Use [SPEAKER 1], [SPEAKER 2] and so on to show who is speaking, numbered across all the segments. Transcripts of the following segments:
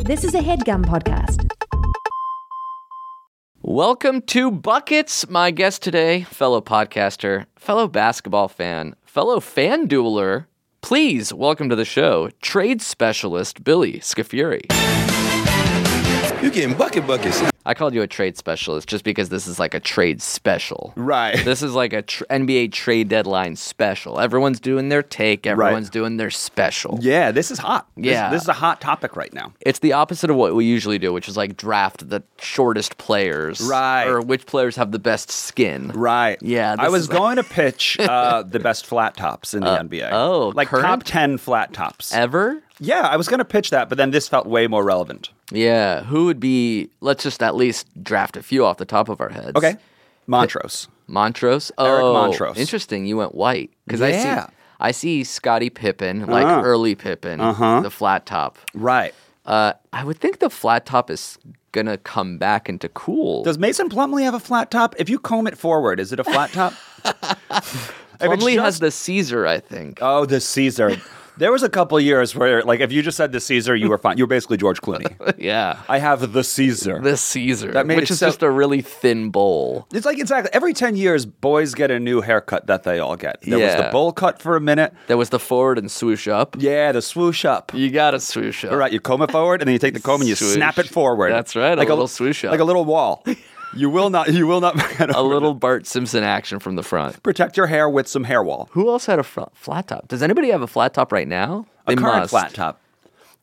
[SPEAKER 1] This is a headgum podcast.
[SPEAKER 2] Welcome to Buckets. My guest today, fellow podcaster, fellow basketball fan, fellow fan dueler. Please welcome to the show trade specialist Billy Scafuri.
[SPEAKER 3] You getting bucket buckets.
[SPEAKER 2] I called you a trade specialist just because this is like a trade special.
[SPEAKER 3] Right.
[SPEAKER 2] This is like a tr- NBA trade deadline special. Everyone's doing their take, everyone's doing their special.
[SPEAKER 3] Yeah, this is hot. This-
[SPEAKER 2] Yeah.
[SPEAKER 3] This, is a hot topic right now.
[SPEAKER 2] It's the opposite of what we usually do, which is like draft the shortest players.
[SPEAKER 3] Right.
[SPEAKER 2] Or which players have the best skin.
[SPEAKER 3] Right.
[SPEAKER 2] Yeah,
[SPEAKER 3] I
[SPEAKER 2] this
[SPEAKER 3] was
[SPEAKER 2] is-
[SPEAKER 3] going to pitch uh, the best flat tops in the NBA.
[SPEAKER 2] oh,
[SPEAKER 3] like
[SPEAKER 2] current?
[SPEAKER 3] top 10 flat tops.
[SPEAKER 2] Ever?
[SPEAKER 3] yeah, I was going to pitch that, but then this felt way more relevant.
[SPEAKER 2] Yeah. Who would be, let's just at least draft a few off the top of our heads.
[SPEAKER 3] Okay. Montrose.
[SPEAKER 2] Montrose. Oh,
[SPEAKER 3] Eric Montrose.
[SPEAKER 2] Interesting. You went white. Because
[SPEAKER 3] Yeah.
[SPEAKER 2] I see, I see Scottie Pippen, like
[SPEAKER 3] Uh-huh.
[SPEAKER 2] early Pippen, the flat top.
[SPEAKER 3] Right.
[SPEAKER 2] Uh, I would think the flat top is going to come back into cool.
[SPEAKER 3] Does Mason Plumley have a flat top? If you comb it forward, is it a flat top? If it's
[SPEAKER 2] Plumlee
[SPEAKER 3] just-
[SPEAKER 2] has the Caesar, I think.
[SPEAKER 3] Oh, the Caesar. There was a couple years where, like, if you just said the Caesar, you were fine. You were basically George Clooney.
[SPEAKER 2] yeah.
[SPEAKER 3] I have the Caesar.
[SPEAKER 2] The Caesar,
[SPEAKER 3] That made
[SPEAKER 2] which
[SPEAKER 3] it
[SPEAKER 2] is
[SPEAKER 3] so-
[SPEAKER 2] just a really thin bowl.
[SPEAKER 3] It's like exactly every ten years, boys get a new haircut that they all get. There was
[SPEAKER 2] Yeah.
[SPEAKER 3] the bowl cut for a minute.
[SPEAKER 2] That was the forward and swoosh up.
[SPEAKER 3] Yeah, the swoosh up.
[SPEAKER 2] You got to swoosh up.
[SPEAKER 3] All right, you comb it forward, and then you take the comb and you
[SPEAKER 2] Swoosh.
[SPEAKER 3] snap it forward.
[SPEAKER 2] That's right, a little swoosh up.
[SPEAKER 3] like a little wall. You will not. You will not.
[SPEAKER 2] A little Bart Simpson action from the front.
[SPEAKER 3] protect your hair with some hair wall.
[SPEAKER 2] Who else had a fr- flat top? Does anybody have a flat top right now? They
[SPEAKER 3] A current
[SPEAKER 2] must.
[SPEAKER 3] flat top.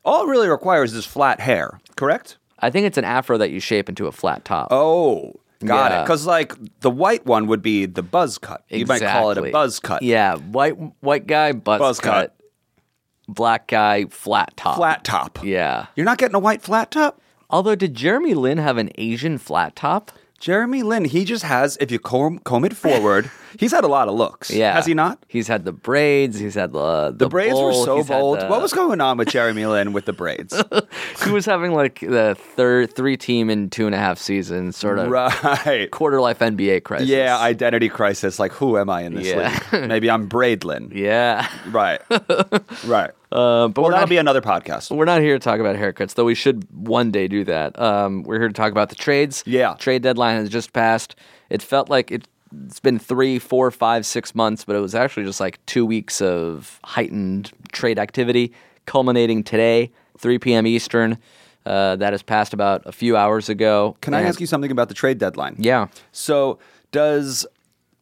[SPEAKER 3] All it really requires is flat hair. Correct.
[SPEAKER 2] I think it's an afro that you shape into a flat top.
[SPEAKER 3] Oh, got it.
[SPEAKER 2] Yeah.
[SPEAKER 3] Because like the white one would be the buzz cut. You might call it a
[SPEAKER 2] Exactly.
[SPEAKER 3] buzz cut.
[SPEAKER 2] Yeah, white white guy buzz,
[SPEAKER 3] Buzz
[SPEAKER 2] cut,
[SPEAKER 3] cut.
[SPEAKER 2] black guy flat top.
[SPEAKER 3] Flat top.
[SPEAKER 2] Yeah.
[SPEAKER 3] You're not getting a white flat top.
[SPEAKER 2] Although, did Jeremy Lin have an Asian flat top?
[SPEAKER 3] Jeremy Lin, he just has, if you comb, comb it forward, he's had a lot of looks.
[SPEAKER 2] Yeah.
[SPEAKER 3] Has he not?
[SPEAKER 2] He's had the braids. He's had the the,
[SPEAKER 3] The braids
[SPEAKER 2] bowl,
[SPEAKER 3] were so
[SPEAKER 2] Oh, he's had
[SPEAKER 3] bold.
[SPEAKER 2] the-
[SPEAKER 3] What was going on with Jeremy Lin with the braids?
[SPEAKER 2] he was having like the third three team in two and a half seasons sort of
[SPEAKER 3] right.
[SPEAKER 2] quarter life NBA crisis.
[SPEAKER 3] Yeah, identity crisis. Like, who am I in this
[SPEAKER 2] Yeah.
[SPEAKER 3] league? Maybe I'm Braidlin.
[SPEAKER 2] yeah.
[SPEAKER 3] Right. Right.
[SPEAKER 2] Uh, but
[SPEAKER 3] well,
[SPEAKER 2] we're
[SPEAKER 3] that'll
[SPEAKER 2] not
[SPEAKER 3] be another podcast.
[SPEAKER 2] we're not here to talk about haircuts, though we should one day do that. Um, we're here to talk about the trades.
[SPEAKER 3] Yeah.
[SPEAKER 2] Trade deadline has just passed. It felt like it, it's been three, four, five, six months, but it was actually just like two weeks of heightened trade activity, culminating today, 3 p.m. Eastern. Uh, that has passed about a few hours ago.
[SPEAKER 3] Can I ask you something about the trade deadline?
[SPEAKER 2] Yeah.
[SPEAKER 3] So, does.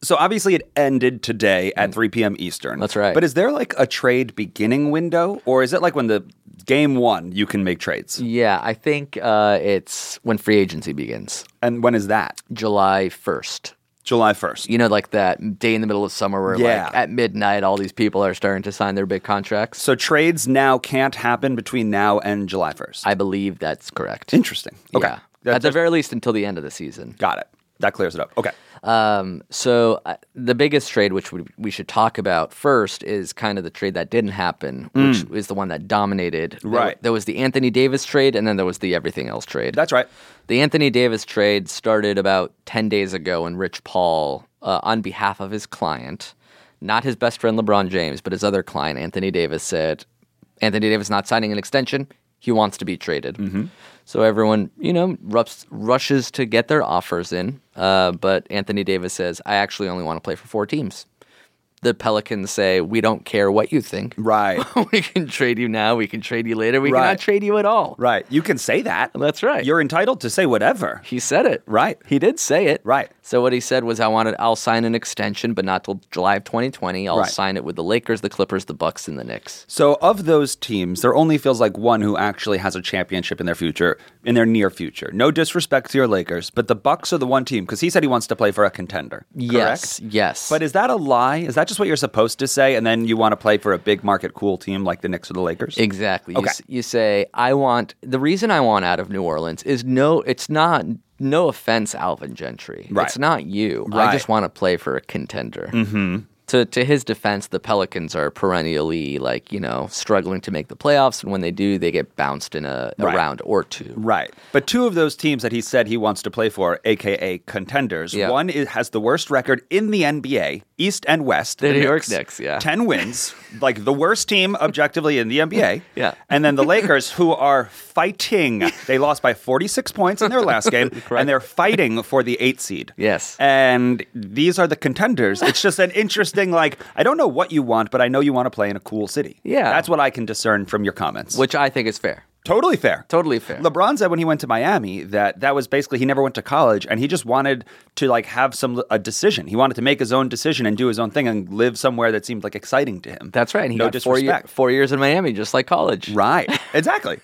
[SPEAKER 3] So obviously it ended today at 3 p.m. Eastern.
[SPEAKER 2] Mm. That's right.
[SPEAKER 3] But is there like a trade beginning window, or is it like when the game won you can make trades?
[SPEAKER 2] Yeah, I think uh, it's when free agency begins,
[SPEAKER 3] And when is that?
[SPEAKER 2] July 1st.
[SPEAKER 3] July 1st.
[SPEAKER 2] You know, like that day in the middle of summer where,
[SPEAKER 3] Yeah.
[SPEAKER 2] like, at midnight, all these people are starting to sign their big contracts.
[SPEAKER 3] So trades now can't happen between now and July 1st.
[SPEAKER 2] I believe that's correct.
[SPEAKER 3] Interesting. Okay.
[SPEAKER 2] Yeah.
[SPEAKER 3] That-
[SPEAKER 2] At the very least, until the end of the season.
[SPEAKER 3] got it. That clears it up. Okay.
[SPEAKER 2] Um, so uh, the biggest trade, which we, we should talk about first, is kind of the trade that didn't happen, which is the one that dominated. There-
[SPEAKER 3] Mm. Right.
[SPEAKER 2] There, was the Anthony Davis trade, and then there was the everything else trade.
[SPEAKER 3] That's right.
[SPEAKER 2] the Anthony Davis trade started about ten days ago when Rich Paul, uh, on behalf of his client, not his best friend LeBron James, but his other client Anthony Davis, said Anthony Davis not signing an extension. He wants to be traded. So everyone, you know, rups, rushes to get their offers in. Uh, but Anthony Davis says, I actually only want to play for four teams. The Pelicans say, We don't care what you think.
[SPEAKER 3] Right.
[SPEAKER 2] we can trade you now. We can trade you later. We
[SPEAKER 3] Right.
[SPEAKER 2] cannot trade you at all.
[SPEAKER 3] right. You can say that.
[SPEAKER 2] That's right.
[SPEAKER 3] You're entitled to say whatever.
[SPEAKER 2] He said it.
[SPEAKER 3] Right.
[SPEAKER 2] He did say it.
[SPEAKER 3] Right.
[SPEAKER 2] So what he said was I wanted I'll sign an extension, but not till July of twenty twenty. I'll
[SPEAKER 3] Right.
[SPEAKER 2] sign it with the Lakers, the Clippers, the Bucks, and the Knicks.
[SPEAKER 3] So of those teams, there only feels like one who actually has a championship in their future, in their near future. No disrespect to your Lakers, but the Bucks are the one team because he said he wants to play for a contender.
[SPEAKER 2] Yes.
[SPEAKER 3] Correct?
[SPEAKER 2] Yes.
[SPEAKER 3] But is that a lie? Is that just what you're supposed to say, and then you want to play for a big market cool team like the Knicks or the Lakers?
[SPEAKER 2] Exactly. You,
[SPEAKER 3] Okay.
[SPEAKER 2] s- you say I want the reason I want out of New Orleans is no it's not no offense Alvin Gentry.
[SPEAKER 3] Right.
[SPEAKER 2] It's not you. I
[SPEAKER 3] Right. Mm-hmm.
[SPEAKER 2] just want to play for a contender. to to his defense, the Pelicans are perennially like you know struggling to make the playoffs, and when they do, they get bounced in a, a
[SPEAKER 3] Right.
[SPEAKER 2] round or two.
[SPEAKER 3] Right. But two of those teams that he said he wants to play for, aka contenders,
[SPEAKER 2] Yeah.
[SPEAKER 3] one is, has the worst record in the NBA, East and West.
[SPEAKER 2] The New York Knicks, yeah.
[SPEAKER 3] 10 wins, like the worst team objectively in the NBA.
[SPEAKER 2] Yeah.
[SPEAKER 3] And then the Lakers, who are fighting. They lost by 46 points in their last game, and they're fighting for the eight seed.
[SPEAKER 2] Yes.
[SPEAKER 3] And these are the contenders. It's just an interesting, like, I don't know what you want, but I know you want to play in a cool city.
[SPEAKER 2] Yeah.
[SPEAKER 3] That's what I can discern from your comments.
[SPEAKER 2] Which I think is fair.
[SPEAKER 3] Totally fair.
[SPEAKER 2] Totally fair.
[SPEAKER 3] LeBron said when he went to Miami that that was basically he never went to college and he just wanted to like have some a decision. He wanted to make his own decision and do his own thing and live somewhere that seemed like exciting to him.
[SPEAKER 2] That's right. And he
[SPEAKER 3] no
[SPEAKER 2] got four, year,
[SPEAKER 3] disrespect.
[SPEAKER 2] four years in Miami, just like college.
[SPEAKER 3] right. Exactly.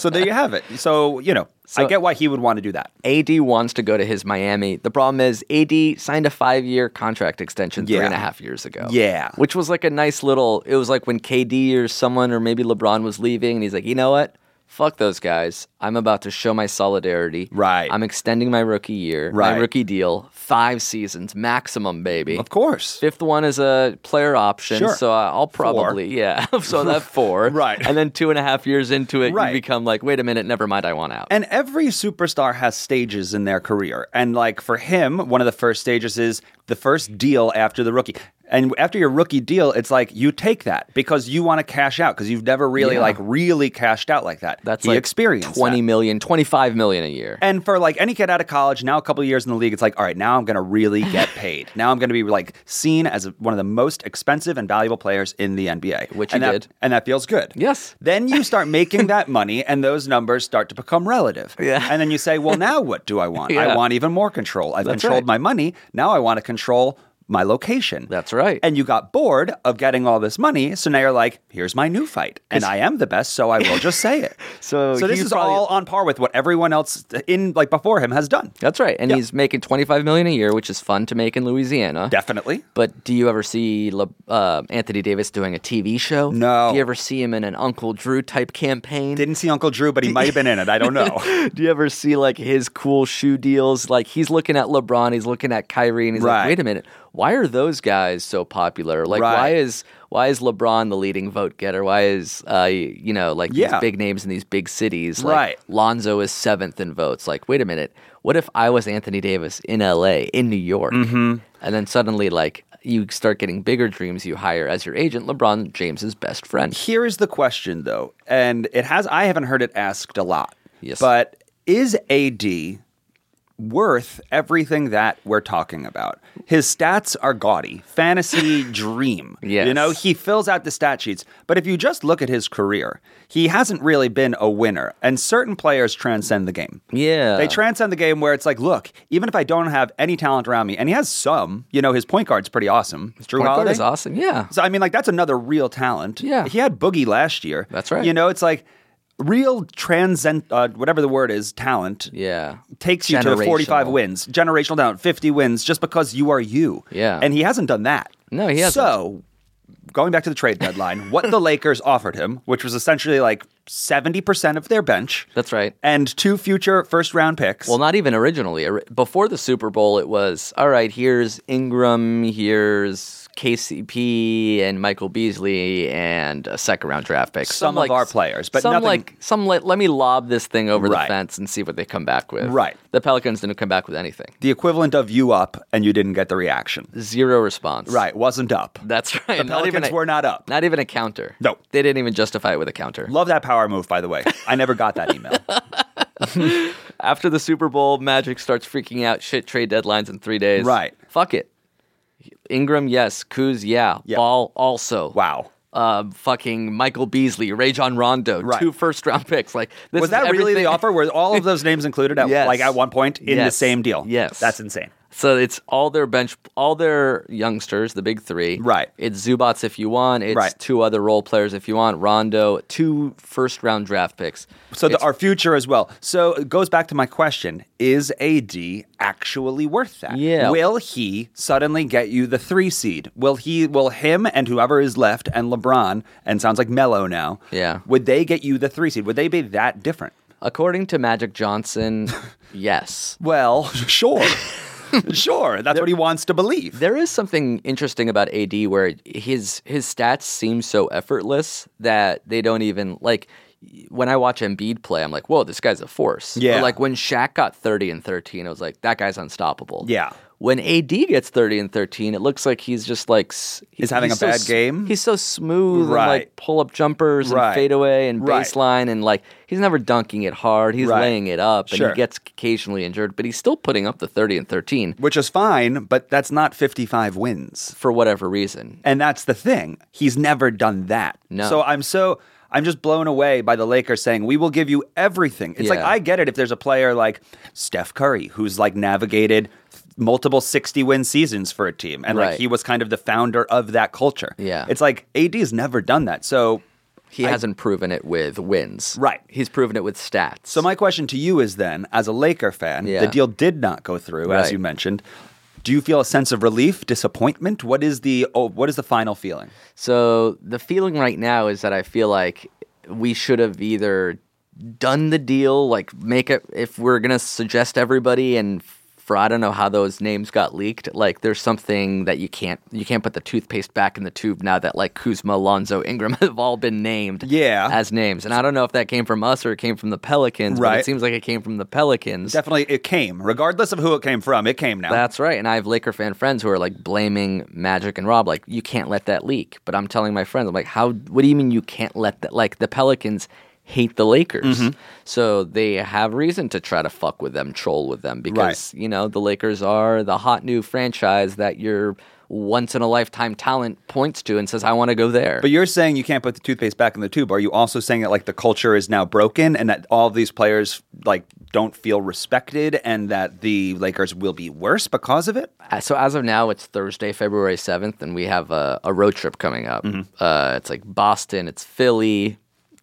[SPEAKER 3] so there you have it. So you know, I get why he would want to do that.
[SPEAKER 2] AD wants to go to his Miami. The problem is AD signed a five year contract extension three
[SPEAKER 3] Yeah.
[SPEAKER 2] and a half years ago.
[SPEAKER 3] Yeah.
[SPEAKER 2] Which was like a nice little it was like when KD or someone or maybe LeBron was leaving and he's like, you know what? Fuck those guys. I'm about to show my solidarity.
[SPEAKER 3] Right.
[SPEAKER 2] I'm extending my rookie year,
[SPEAKER 3] Right.
[SPEAKER 2] my rookie deal, five seasons maximum, baby.
[SPEAKER 3] Of course.
[SPEAKER 2] Fifth one is a player option,
[SPEAKER 3] Sure.
[SPEAKER 2] so I'll probably yeah. so that four,
[SPEAKER 3] Right.
[SPEAKER 2] and then two and a half years into it,
[SPEAKER 3] Right.
[SPEAKER 2] you become like, wait a minute, never mind, I want out.
[SPEAKER 3] And every superstar has stages in their career. And like for him, one of the first stages is the first deal after the rookie. And after your rookie deal, it's like you take that because you want to cash out because you've never really
[SPEAKER 2] Yeah.
[SPEAKER 3] like really cashed out like that.
[SPEAKER 2] That's
[SPEAKER 3] he
[SPEAKER 2] like
[SPEAKER 3] experienced
[SPEAKER 2] 20
[SPEAKER 3] that.
[SPEAKER 2] million, 25 million a year.
[SPEAKER 3] And for like any kid out of college, now a couple of years in the league, it's like, all right, now I'm going to really get paid. now I'm going to be like seen as one of the most expensive and valuable players in the NBA,
[SPEAKER 2] Which
[SPEAKER 3] and
[SPEAKER 2] he
[SPEAKER 3] that,
[SPEAKER 2] did.
[SPEAKER 3] and that feels good.
[SPEAKER 2] Yes.
[SPEAKER 3] Then you start making that money, and those numbers start to become relative.
[SPEAKER 2] Yeah.
[SPEAKER 3] And then you say, well, now what do I want? I
[SPEAKER 2] Yeah.
[SPEAKER 3] want even more control. I've
[SPEAKER 2] That's
[SPEAKER 3] controlled
[SPEAKER 2] right.
[SPEAKER 3] my money. Now I want to control my location.
[SPEAKER 2] That's right.
[SPEAKER 3] And you got bored of getting all this money, so now you're like, here's my new fight, and I am the best, so I will just say it.
[SPEAKER 2] So
[SPEAKER 3] so this
[SPEAKER 2] he
[SPEAKER 3] is
[SPEAKER 2] probably-
[SPEAKER 3] all on par with what everyone else in like before him has done.
[SPEAKER 2] That's right. And
[SPEAKER 3] Yeah.
[SPEAKER 2] he's making 25 million a year, which is fun to make in Louisiana.
[SPEAKER 3] Definitely.
[SPEAKER 2] But do you ever see Le- uh, Anthony Davis doing a TV show?
[SPEAKER 3] No.
[SPEAKER 2] Do you ever see him in an Uncle Drew type campaign?
[SPEAKER 3] Didn't see Uncle Drew, but he might have been in it. I don't know.
[SPEAKER 2] do you ever see like his cool shoe deals? Like he's looking at LeBron, he's looking at Kyrie, and he's
[SPEAKER 3] Right.
[SPEAKER 2] like, wait a minute, why are those guys so popular? Like,
[SPEAKER 3] Right.
[SPEAKER 2] why is why is LeBron the leading vote getter? Why is uh, you know like
[SPEAKER 3] Yeah.
[SPEAKER 2] these big names in these big cities? Like
[SPEAKER 3] Right.
[SPEAKER 2] Lonzo is seventh in votes. Like, wait a minute, what if I was Anthony Davis in L.A. in New York,
[SPEAKER 3] Mm-hmm.
[SPEAKER 2] and then suddenly like you start getting bigger dreams you hire as your agent LeBron James's best friend?
[SPEAKER 3] Here is the question, though, and it has I haven't heard it asked a lot.
[SPEAKER 2] Yes.
[SPEAKER 3] But is AD worth everything that we're talking about? His stats are gaudy, fantasy dream.
[SPEAKER 2] Yes.
[SPEAKER 3] You know, he fills out the stat sheets. But if you just look at his career, he hasn't really been a winner. And certain players transcend the game.
[SPEAKER 2] Yeah,
[SPEAKER 3] They transcend the game where it's like, look, even if I don't have any talent around me, and he has some, you know, his point guard's pretty awesome. Drew
[SPEAKER 2] Point guard
[SPEAKER 3] Holiday?
[SPEAKER 2] is awesome. Yeah,
[SPEAKER 3] So I mean, like that's another real talent.
[SPEAKER 2] Yeah.
[SPEAKER 3] he had Boogie last year.
[SPEAKER 2] That's right.
[SPEAKER 3] You know, it's like real transcend uh, whatever the word is talent
[SPEAKER 2] yeah,
[SPEAKER 3] takes you to 45
[SPEAKER 2] Generational.
[SPEAKER 3] wins, generational down 50 wins, just because you are you.
[SPEAKER 2] Yeah.
[SPEAKER 3] and he hasn't done that.
[SPEAKER 2] No, he hasn't.
[SPEAKER 3] So. Going back to the trade deadline, what the Lakers offered him, which was essentially like 70% of their bench.
[SPEAKER 2] That's right.
[SPEAKER 3] And two future first round picks.
[SPEAKER 2] Well, not even originally. Ori- Before the Super Bowl, it was all right. Here's Ingram. Here's KCP and Michael Beasley and a second round draft pick.
[SPEAKER 3] Some of our players, but
[SPEAKER 2] some
[SPEAKER 3] nothing-
[SPEAKER 2] like some. Let, let me lob this thing over
[SPEAKER 3] Right.
[SPEAKER 2] the fence and see what they come back with.
[SPEAKER 3] Right.
[SPEAKER 2] The Pelicans didn't come back with anything.
[SPEAKER 3] the equivalent of you up and you didn't get the reaction.
[SPEAKER 2] Zero response.
[SPEAKER 3] Right, wasn't up.
[SPEAKER 2] That's right.
[SPEAKER 3] The
[SPEAKER 2] not even
[SPEAKER 3] Pelicans
[SPEAKER 2] a-
[SPEAKER 3] were not up.
[SPEAKER 2] Not even a counter.
[SPEAKER 3] No.
[SPEAKER 2] They didn't even justify it with a counter.
[SPEAKER 3] Love that power move, by the way. I never got that email.
[SPEAKER 2] After the Super Bowl, Magic starts freaking out. Shit, trade deadlines in three days.
[SPEAKER 3] Right.
[SPEAKER 2] Fuck it. Ingram, yes. Kuz, yeah.
[SPEAKER 3] Yeah.
[SPEAKER 2] Ball, also.
[SPEAKER 3] Wow.
[SPEAKER 2] Uh, fucking Michael Beasley, Rajon Rondo,
[SPEAKER 3] Right.
[SPEAKER 2] two first round picks. Like this
[SPEAKER 3] Was
[SPEAKER 2] is
[SPEAKER 3] that really the
[SPEAKER 2] everything-
[SPEAKER 3] offer? Were all of those names included at
[SPEAKER 2] Yes.
[SPEAKER 3] like at one point in the
[SPEAKER 2] Yes.
[SPEAKER 3] same deal?
[SPEAKER 2] Yes.
[SPEAKER 3] That's insane.
[SPEAKER 2] So it's all their bench, all their youngsters, the big three.
[SPEAKER 3] Right.
[SPEAKER 2] It's Zubats if you want. It's
[SPEAKER 3] Right.
[SPEAKER 2] two other role players if you want. Rondo, two first round draft picks.
[SPEAKER 3] So the, our future as well. So it goes back to my question: Is AD actually worth that?
[SPEAKER 2] Yeah.
[SPEAKER 3] Will he suddenly get you the three seed? Will he? Will him and whoever is left and LeBron and sounds like Melo now?
[SPEAKER 2] Yeah.
[SPEAKER 3] Would they get you the three seed? Would they be that different?
[SPEAKER 2] According to Magic Johnson, yes.
[SPEAKER 3] Well, sure. sure, that's what he wants to believe.
[SPEAKER 2] There is something interesting about AD where his his stats seem so effortless that they don't even like. When I watch Embiid play, I'm like, "Whoa, this guy's a force." Or
[SPEAKER 3] Yeah.
[SPEAKER 2] like when Shaq got 30 and 13, I was like, "That guy's unstoppable."
[SPEAKER 3] Yeah.
[SPEAKER 2] When AD gets 30 and 13, it looks like he's just like s-
[SPEAKER 3] He's having a
[SPEAKER 2] so
[SPEAKER 3] bad
[SPEAKER 2] s-
[SPEAKER 3] game?
[SPEAKER 2] He's so smooth, and
[SPEAKER 3] Right.
[SPEAKER 2] like pull up jumpers
[SPEAKER 3] Right.
[SPEAKER 2] and fadeaway and
[SPEAKER 3] Right.
[SPEAKER 2] baseline, and like he's never dunking it hard. He's
[SPEAKER 3] Right.
[SPEAKER 2] laying it up, and
[SPEAKER 3] Sure.
[SPEAKER 2] he gets occasionally injured, but he's still putting up the 30 and 13
[SPEAKER 3] Which is fine, but that's not 55 wins.
[SPEAKER 2] for whatever reason.
[SPEAKER 3] And that's the thing. He's never done that.
[SPEAKER 2] No.
[SPEAKER 3] So I'm so I'm just blown away by the Lakers saying, "We will give you everything." It's like
[SPEAKER 2] Yeah.
[SPEAKER 3] I get it if there's a player like Steph Curry who's like navigated multiple 60-win seasons for a team and like
[SPEAKER 2] Right.
[SPEAKER 3] he was kind of the founder of that culture.
[SPEAKER 2] Yeah.
[SPEAKER 3] It's like AD's never done that. So
[SPEAKER 2] He hasn't proven it with wins.
[SPEAKER 3] Right.
[SPEAKER 2] He's proven it with stats.
[SPEAKER 3] So my question to you is then, as a Laker fan,
[SPEAKER 2] Yeah.
[SPEAKER 3] the deal did not go through, as
[SPEAKER 2] Right.
[SPEAKER 3] you mentioned. Do you feel a sense of relief, disappointment? What is the oh, what is the final feeling?
[SPEAKER 2] So the feeling right now is that I feel like we should have either done the deal, like make it if we're gonna suggest everybody and for I don't know how those names got leaked. Like there's something that you can't you can't put the toothpaste back in the tube now that like Kuzma, Alonzo, Ingram have all been named
[SPEAKER 3] Yeah.
[SPEAKER 2] as names. And I don't know if that came from us or it came from the Pelicans, but
[SPEAKER 3] Right.
[SPEAKER 2] it seems like it came from the Pelicans.
[SPEAKER 3] Definitely, it came, regardless of who it came from. It came now.
[SPEAKER 2] That's right. And I have Laker fan friends who are like blaming Magic and Rob, like, you can't let that leak. But I'm telling my friends, I'm like, how, what do you mean you can't let that? Like, the Pelicans hate the Lakers. So they have reason to try to fuck with them, troll with them, because, you know, the Lakers are the hot new franchise that your once in a lifetime talent points to and says, I want to go there.
[SPEAKER 3] but you're saying you can't put the toothpaste back in the tube. Are you also saying that like the culture is now broken and that all of these players like don't feel respected and that the Lakers will be worse because of it?
[SPEAKER 2] Uh, so as of now, it's Thursday, February seventh, and we have a, a road trip coming up.
[SPEAKER 3] Mm-hmm.
[SPEAKER 2] Uh, it's like Boston, it's Philly,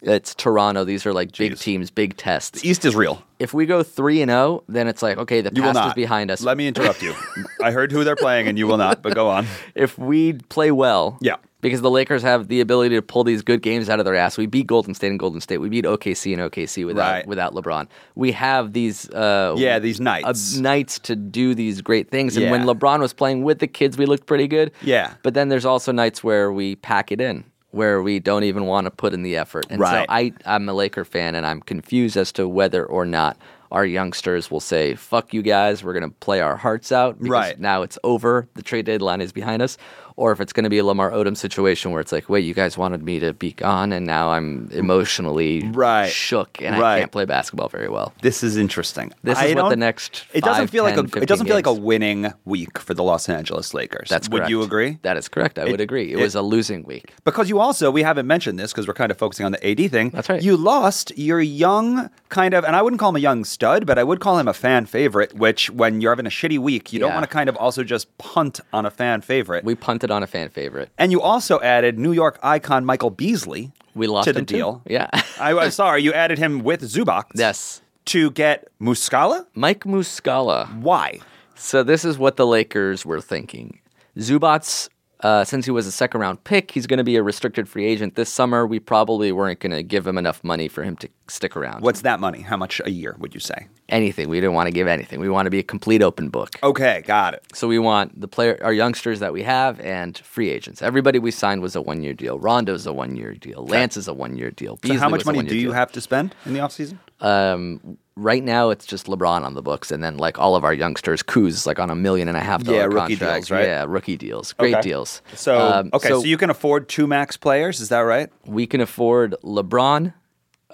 [SPEAKER 2] it's Toronto. These are like big teams, big tests.
[SPEAKER 3] The East is real.
[SPEAKER 2] If we go three and zero, then it's like okay, the
[SPEAKER 3] You will
[SPEAKER 2] past
[SPEAKER 3] not
[SPEAKER 2] is behind us.
[SPEAKER 3] Let me interrupt you. I heard who they're playing, and you will not. But go on.
[SPEAKER 2] if we play well,
[SPEAKER 3] Yeah.
[SPEAKER 2] because the Lakers have the ability to pull these good games out of their ass. We beat Golden State and Golden State. We beat OKC and OKC without
[SPEAKER 3] Right.
[SPEAKER 2] without LeBron. We have these uh,
[SPEAKER 3] Yeah, these
[SPEAKER 2] uh,
[SPEAKER 3] nights.
[SPEAKER 2] nights to do these great things. And when
[SPEAKER 3] Yeah.
[SPEAKER 2] LeBron was playing with the kids, we looked pretty good.
[SPEAKER 3] Yeah.
[SPEAKER 2] but then there's also nights where we pack it in. Where we don't even want to put in the effort, and
[SPEAKER 3] Right.
[SPEAKER 2] so I, I'm a Laker fan, and I'm confused as to whether or not our youngsters will say, "Fuck you guys, we're gonna play our hearts out." because
[SPEAKER 3] Right.
[SPEAKER 2] now it's over. The trade deadline is behind us, or if it's going to be a Lamar Odom situation where it's like, wait, you guys wanted me to be gone, and now I'm emotionally
[SPEAKER 3] Right.
[SPEAKER 2] shook and
[SPEAKER 3] Right.
[SPEAKER 2] I can't play basketball very well.
[SPEAKER 3] This is interesting.
[SPEAKER 2] This
[SPEAKER 3] I
[SPEAKER 2] is what the
[SPEAKER 3] don't-
[SPEAKER 2] next
[SPEAKER 3] It doesn't
[SPEAKER 2] five,
[SPEAKER 3] feel
[SPEAKER 2] 10,
[SPEAKER 3] like a.
[SPEAKER 2] 15
[SPEAKER 3] It doesn't feel like a
[SPEAKER 2] games-
[SPEAKER 3] winning week for the Los Angeles Lakers.
[SPEAKER 2] That's
[SPEAKER 3] Would you
[SPEAKER 2] correct.
[SPEAKER 3] agree?
[SPEAKER 2] That is correct. I
[SPEAKER 3] It-
[SPEAKER 2] would agree. It,
[SPEAKER 3] it-
[SPEAKER 2] was a losing week.
[SPEAKER 3] Because you also, we haven't mentioned this because we're kind of focusing on the AD thing.
[SPEAKER 2] That's right.
[SPEAKER 3] You lost your young kind of, and I wouldn't call him a young stud, but I would call him a fan favorite. Which, when you're having a shitty week, you don't
[SPEAKER 2] Yeah.
[SPEAKER 3] want to kind of also just punt on a fan favorite.
[SPEAKER 2] We punted on a fan favorite.
[SPEAKER 3] and you also added New York icon Michael Beasley.
[SPEAKER 2] We lost
[SPEAKER 3] to the
[SPEAKER 2] him too.
[SPEAKER 3] deal.
[SPEAKER 2] Yeah.
[SPEAKER 3] I, I'm sorry, you added him with Zubac.
[SPEAKER 2] yes.
[SPEAKER 3] To get Muscala?
[SPEAKER 2] Mike Muscala.
[SPEAKER 3] Why?
[SPEAKER 2] So this is what the Lakers were thinking. Zubats, uh, since he was a second round pick, he's going to be a restricted free agent this summer. We probably weren't going to give him enough money for him to stick around.
[SPEAKER 3] What's that money? How much a year would you say?
[SPEAKER 2] Anything. We didn't want to give anything. We want to be a complete open book.
[SPEAKER 3] Okay, got it.
[SPEAKER 2] So we want the player, our youngsters that we have, and free agents. Everybody we signed was a one year deal. Rondo's a one year deal. Lance is a one year deal.
[SPEAKER 3] So
[SPEAKER 2] Beasley
[SPEAKER 3] how much
[SPEAKER 2] was a
[SPEAKER 3] money
[SPEAKER 2] one-year
[SPEAKER 3] do you
[SPEAKER 2] deal.
[SPEAKER 3] have to spend in the offseason?
[SPEAKER 2] Um, right now it's just LeBron on the books, and then like all of our youngsters, Kuz like on a million and a half dollar
[SPEAKER 3] Yeah, rookie
[SPEAKER 2] contracts.
[SPEAKER 3] deals, right?
[SPEAKER 2] Yeah, rookie deals, great
[SPEAKER 3] Okay.
[SPEAKER 2] deals.
[SPEAKER 3] So
[SPEAKER 2] Um,
[SPEAKER 3] okay, so, you can afford two max players, is that right?
[SPEAKER 2] we can afford LeBron,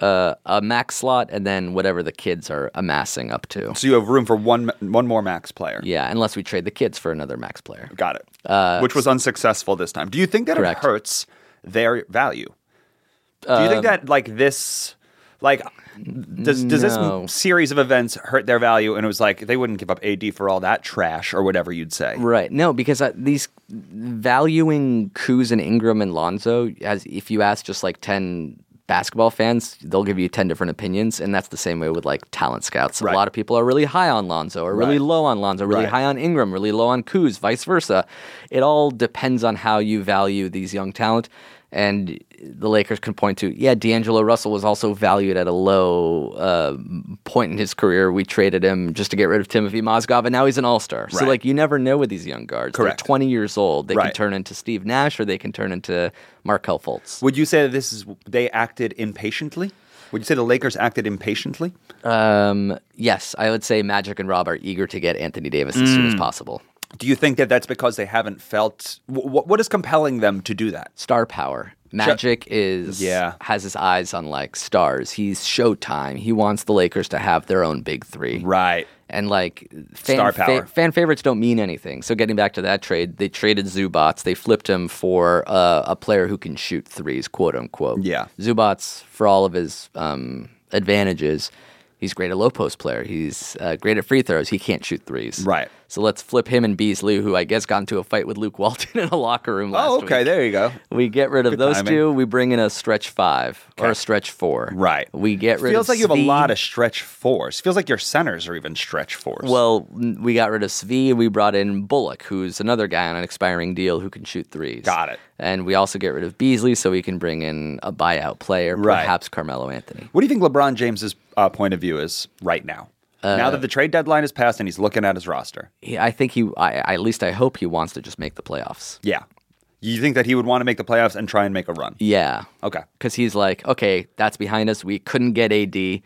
[SPEAKER 2] uh, a max slot, and then whatever the kids are amassing up to.
[SPEAKER 3] So you have room for one one more max player.
[SPEAKER 2] Yeah, unless we trade the kids for another max player.
[SPEAKER 3] Got it. Which was unsuccessful this time. Do you think that
[SPEAKER 2] Correct.
[SPEAKER 3] it hurts their value? Do you think
[SPEAKER 2] Um,
[SPEAKER 3] that like this like does does
[SPEAKER 2] no.
[SPEAKER 3] this series of events hurt their value and it was like they wouldn't give up AD for all that trash or whatever you'd say.
[SPEAKER 2] Right. No, because uh, these valuing Kuz and Ingram and Lonzo, as if you ask just like 10 basketball fans, they'll give you 10 different opinions. And that's the same way with like talent scouts.
[SPEAKER 3] Right.
[SPEAKER 2] A lot of people are really high on Lonzo or really
[SPEAKER 3] Right.
[SPEAKER 2] low on Lonzo, really
[SPEAKER 3] Right.
[SPEAKER 2] high on Ingram, really low on Kuz, vice versa. It all depends on how you value these young talent. And the Lakers can point to, yeah, D'Angelo Russell was also valued at a low uh, point in his career. We traded him just to get rid of Timothy Mozgov, and now he's an all star. So,
[SPEAKER 3] Right.
[SPEAKER 2] like, you never know with these young guards.
[SPEAKER 3] Correct.
[SPEAKER 2] They're 20 years old. They can
[SPEAKER 3] Right.
[SPEAKER 2] turn into Steve Nash or they can turn into Markel Fultz.
[SPEAKER 3] Would you say that this is they acted impatiently? Would you say the Lakers acted impatiently?
[SPEAKER 2] Um, yes, I would say Magic and Rob are eager to get Anthony Davis as soon as
[SPEAKER 3] Mm.
[SPEAKER 2] possible.
[SPEAKER 3] Do you think that that's because they haven't felt wh- what is compelling them to do that?
[SPEAKER 2] star power. Magic is
[SPEAKER 3] Yeah.
[SPEAKER 2] has his eyes on like stars. He's Showtime. He wants the Lakers to have their own big three.
[SPEAKER 3] Right.
[SPEAKER 2] And like fan,
[SPEAKER 3] Star power.
[SPEAKER 2] fan favorites don't mean anything. So getting back to that trade, they traded Zubats. They flipped him for uh, a player who can shoot threes, quote unquote.
[SPEAKER 3] Yeah.
[SPEAKER 2] Zubats, for all of his um, advantages, he's great at low post player. He's uh, great at free throws. He can't shoot threes.
[SPEAKER 3] Right.
[SPEAKER 2] So let's flip him and Beasley, who I guess got into a fight with Luke Walton in a locker room last
[SPEAKER 3] Oh, okay.
[SPEAKER 2] week.
[SPEAKER 3] There you go.
[SPEAKER 2] We get rid of those
[SPEAKER 3] timing.
[SPEAKER 2] two. We bring in a stretch five or a stretch four.
[SPEAKER 3] Right.
[SPEAKER 2] We get rid.
[SPEAKER 3] Feels
[SPEAKER 2] of
[SPEAKER 3] like you have a
[SPEAKER 2] Svi.
[SPEAKER 3] lot of stretch fours. Feels like your centers are even stretch fours.
[SPEAKER 2] Well, n- we got rid of Svi. We brought in Bullock, who's another guy on an expiring deal who can shoot threes.
[SPEAKER 3] Got it.
[SPEAKER 2] And we also get rid of Beasley, so we can bring in a buyout player,
[SPEAKER 3] Right.
[SPEAKER 2] perhaps Carmelo Anthony.
[SPEAKER 3] what do you think LeBron James's uh, point of view is right now?
[SPEAKER 2] Uh,
[SPEAKER 3] now that the trade deadline is passed and he's looking at his roster.
[SPEAKER 2] He, I think he. I, I- at least I hope he wants to just make the playoffs.
[SPEAKER 3] Yeah. You think that he would want to make the playoffs and try and make a run?
[SPEAKER 2] Yeah.
[SPEAKER 3] Okay.
[SPEAKER 2] Because he's like, okay, that's behind us. We couldn't get AD.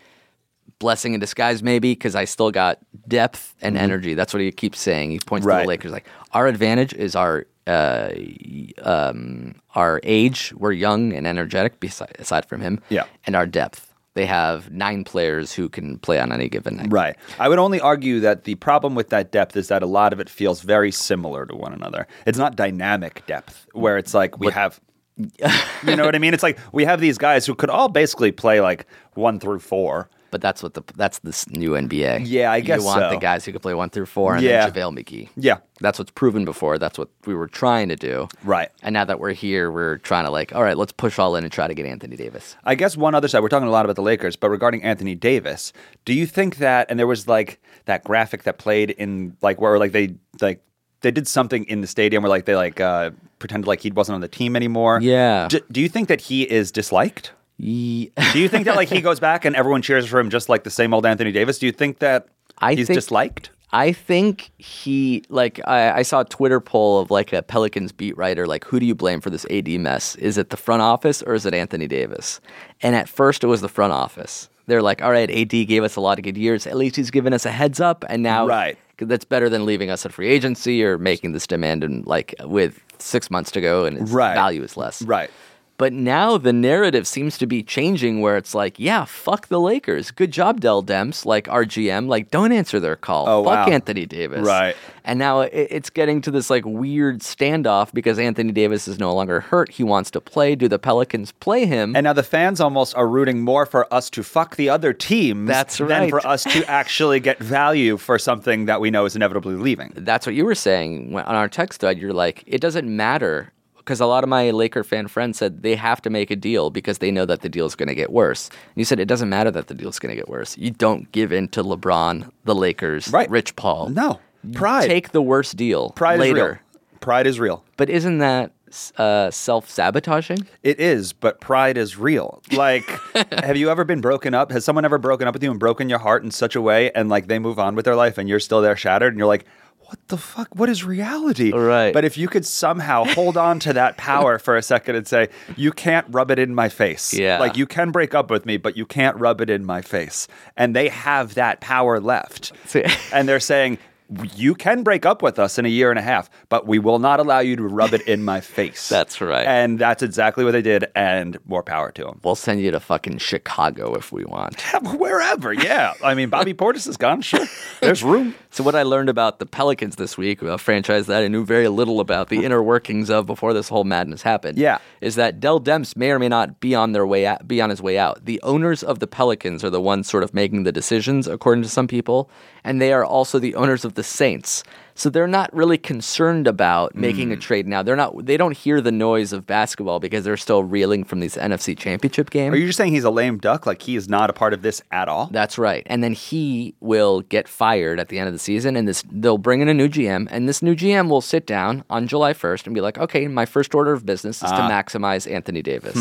[SPEAKER 2] Blessing in disguise, maybe, because I still got depth and energy. That's what he keeps saying. He points to
[SPEAKER 3] Mm-hmm. Right.
[SPEAKER 2] the Lakers like, our advantage is our uh, y- um, our age. We're young and energetic, besi- aside from him.
[SPEAKER 3] Yeah.
[SPEAKER 2] And our depth. They have nine players who can play on any given night.
[SPEAKER 3] Right. I would only argue that the problem with that depth is that a lot of it feels very similar to one another. It's not dynamic depth where it's like we have you know what I mean? It's like we have these guys who could all basically play like 1 through 4.
[SPEAKER 2] But that's what the that's this new NBA.
[SPEAKER 3] Yeah, I guess
[SPEAKER 2] you want
[SPEAKER 3] so.
[SPEAKER 2] the guys who can play one through four and
[SPEAKER 3] Yeah.
[SPEAKER 2] then JaVale McGee.
[SPEAKER 3] Yeah.
[SPEAKER 2] that's what's proven before. That's what we were trying to do.
[SPEAKER 3] Right.
[SPEAKER 2] And now that we're here, we're trying to like, all right, let's push all in and try to get Anthony Davis.
[SPEAKER 3] I guess one other side, we're talking a lot about the Lakers, but regarding Anthony Davis, do you think that and there was like that graphic that played in like where like they like they did something in the stadium where like they like uh pretended like he wasn't on the team anymore.
[SPEAKER 2] Yeah.
[SPEAKER 3] Do, do you think that he is disliked? Do you think that like he goes back and everyone cheers for him just like the same old Anthony Davis? Do you think that
[SPEAKER 2] I
[SPEAKER 3] he's
[SPEAKER 2] think-
[SPEAKER 3] disliked?
[SPEAKER 2] I think he like I, I saw a Twitter poll of like a Pelicans beat writer like who do you blame for this AD mess? Is it the front office or is it Anthony Davis? And at first it was the front office. They're like, all right, AD gave us a lot of good years. At least he's given us a heads up, and now
[SPEAKER 3] Right.
[SPEAKER 2] that's better than leaving us at free agency or making this demand and like with six months to go and its
[SPEAKER 3] Right.
[SPEAKER 2] value is less.
[SPEAKER 3] Right.
[SPEAKER 2] But now the narrative seems to be changing where it's like, yeah, fuck the Lakers. Good job, Dell Demps, like RGM. Like, don't answer their call.
[SPEAKER 3] Oh,
[SPEAKER 2] fuck
[SPEAKER 3] wow.
[SPEAKER 2] Anthony Davis.
[SPEAKER 3] Right.
[SPEAKER 2] And now it, it's getting to this like weird standoff because Anthony Davis is no longer hurt. He wants to play. Do the Pelicans play him?
[SPEAKER 3] And now the fans almost are rooting more for us to fuck the other teams
[SPEAKER 2] That's
[SPEAKER 3] than
[SPEAKER 2] right.
[SPEAKER 3] for us to actually get value for something that we know is inevitably leaving.
[SPEAKER 2] that's what you were saying when- on our text thread. You're like, it doesn't matter because a lot of my Laker fan friends said they have to make a deal because they know that the deal's going to get worse. And you said it doesn't matter that the deal's going to get worse. You don't give in to LeBron, the Lakers,
[SPEAKER 3] Right.
[SPEAKER 2] Rich Paul.
[SPEAKER 3] No. Pride.
[SPEAKER 2] Take the worst deal
[SPEAKER 3] Pride
[SPEAKER 2] later.
[SPEAKER 3] is real. Pride is real.
[SPEAKER 2] But isn't that uh, self sabotaging?
[SPEAKER 3] It is, but pride is real. Like, have you ever been broken up? Has someone ever broken up with you and broken your heart in such a way and like they move on with their life and you're still there shattered and you're like, what the fuck? What is reality?
[SPEAKER 2] Right.
[SPEAKER 3] But if you could somehow hold on to that power for a second and say, you can't rub it in my face.
[SPEAKER 2] Yeah.
[SPEAKER 3] Like, you can break up with me, but you can't rub it in my face. And they have that power left.
[SPEAKER 2] See-
[SPEAKER 3] and they're saying, you can break up with us in a year and a half, but we will not allow you to rub it in my face.
[SPEAKER 2] That's right.
[SPEAKER 3] And that's exactly what they did, and more power to them.
[SPEAKER 2] We'll send you to fucking Chicago if we want.
[SPEAKER 3] Wherever, yeah. I mean, Bobby Portis is gone, sure. There's room.
[SPEAKER 2] So what I learned about the Pelicans this week, a franchise that I knew very little about the inner workings of before this whole madness happened,
[SPEAKER 3] Yeah.
[SPEAKER 2] is that Dell Demps may or may not be on their way out, be on his way out. The owners of the Pelicans are the ones sort of making the decisions, according to some people, and they are also the owners of the the Saints. So they're not really concerned about making
[SPEAKER 3] Mm.
[SPEAKER 2] a trade now. They're not they don't hear the noise of basketball because they're still reeling from these NFC championship games.
[SPEAKER 3] Are you just saying he's a lame duck? Like he is not a part of this at all?
[SPEAKER 2] That's right. And then he will get fired at the end of the season and this they'll bring in a new GM and this new GM will sit down on July 1st and be like, "Okay, my first order of business is to maximize Anthony Davis."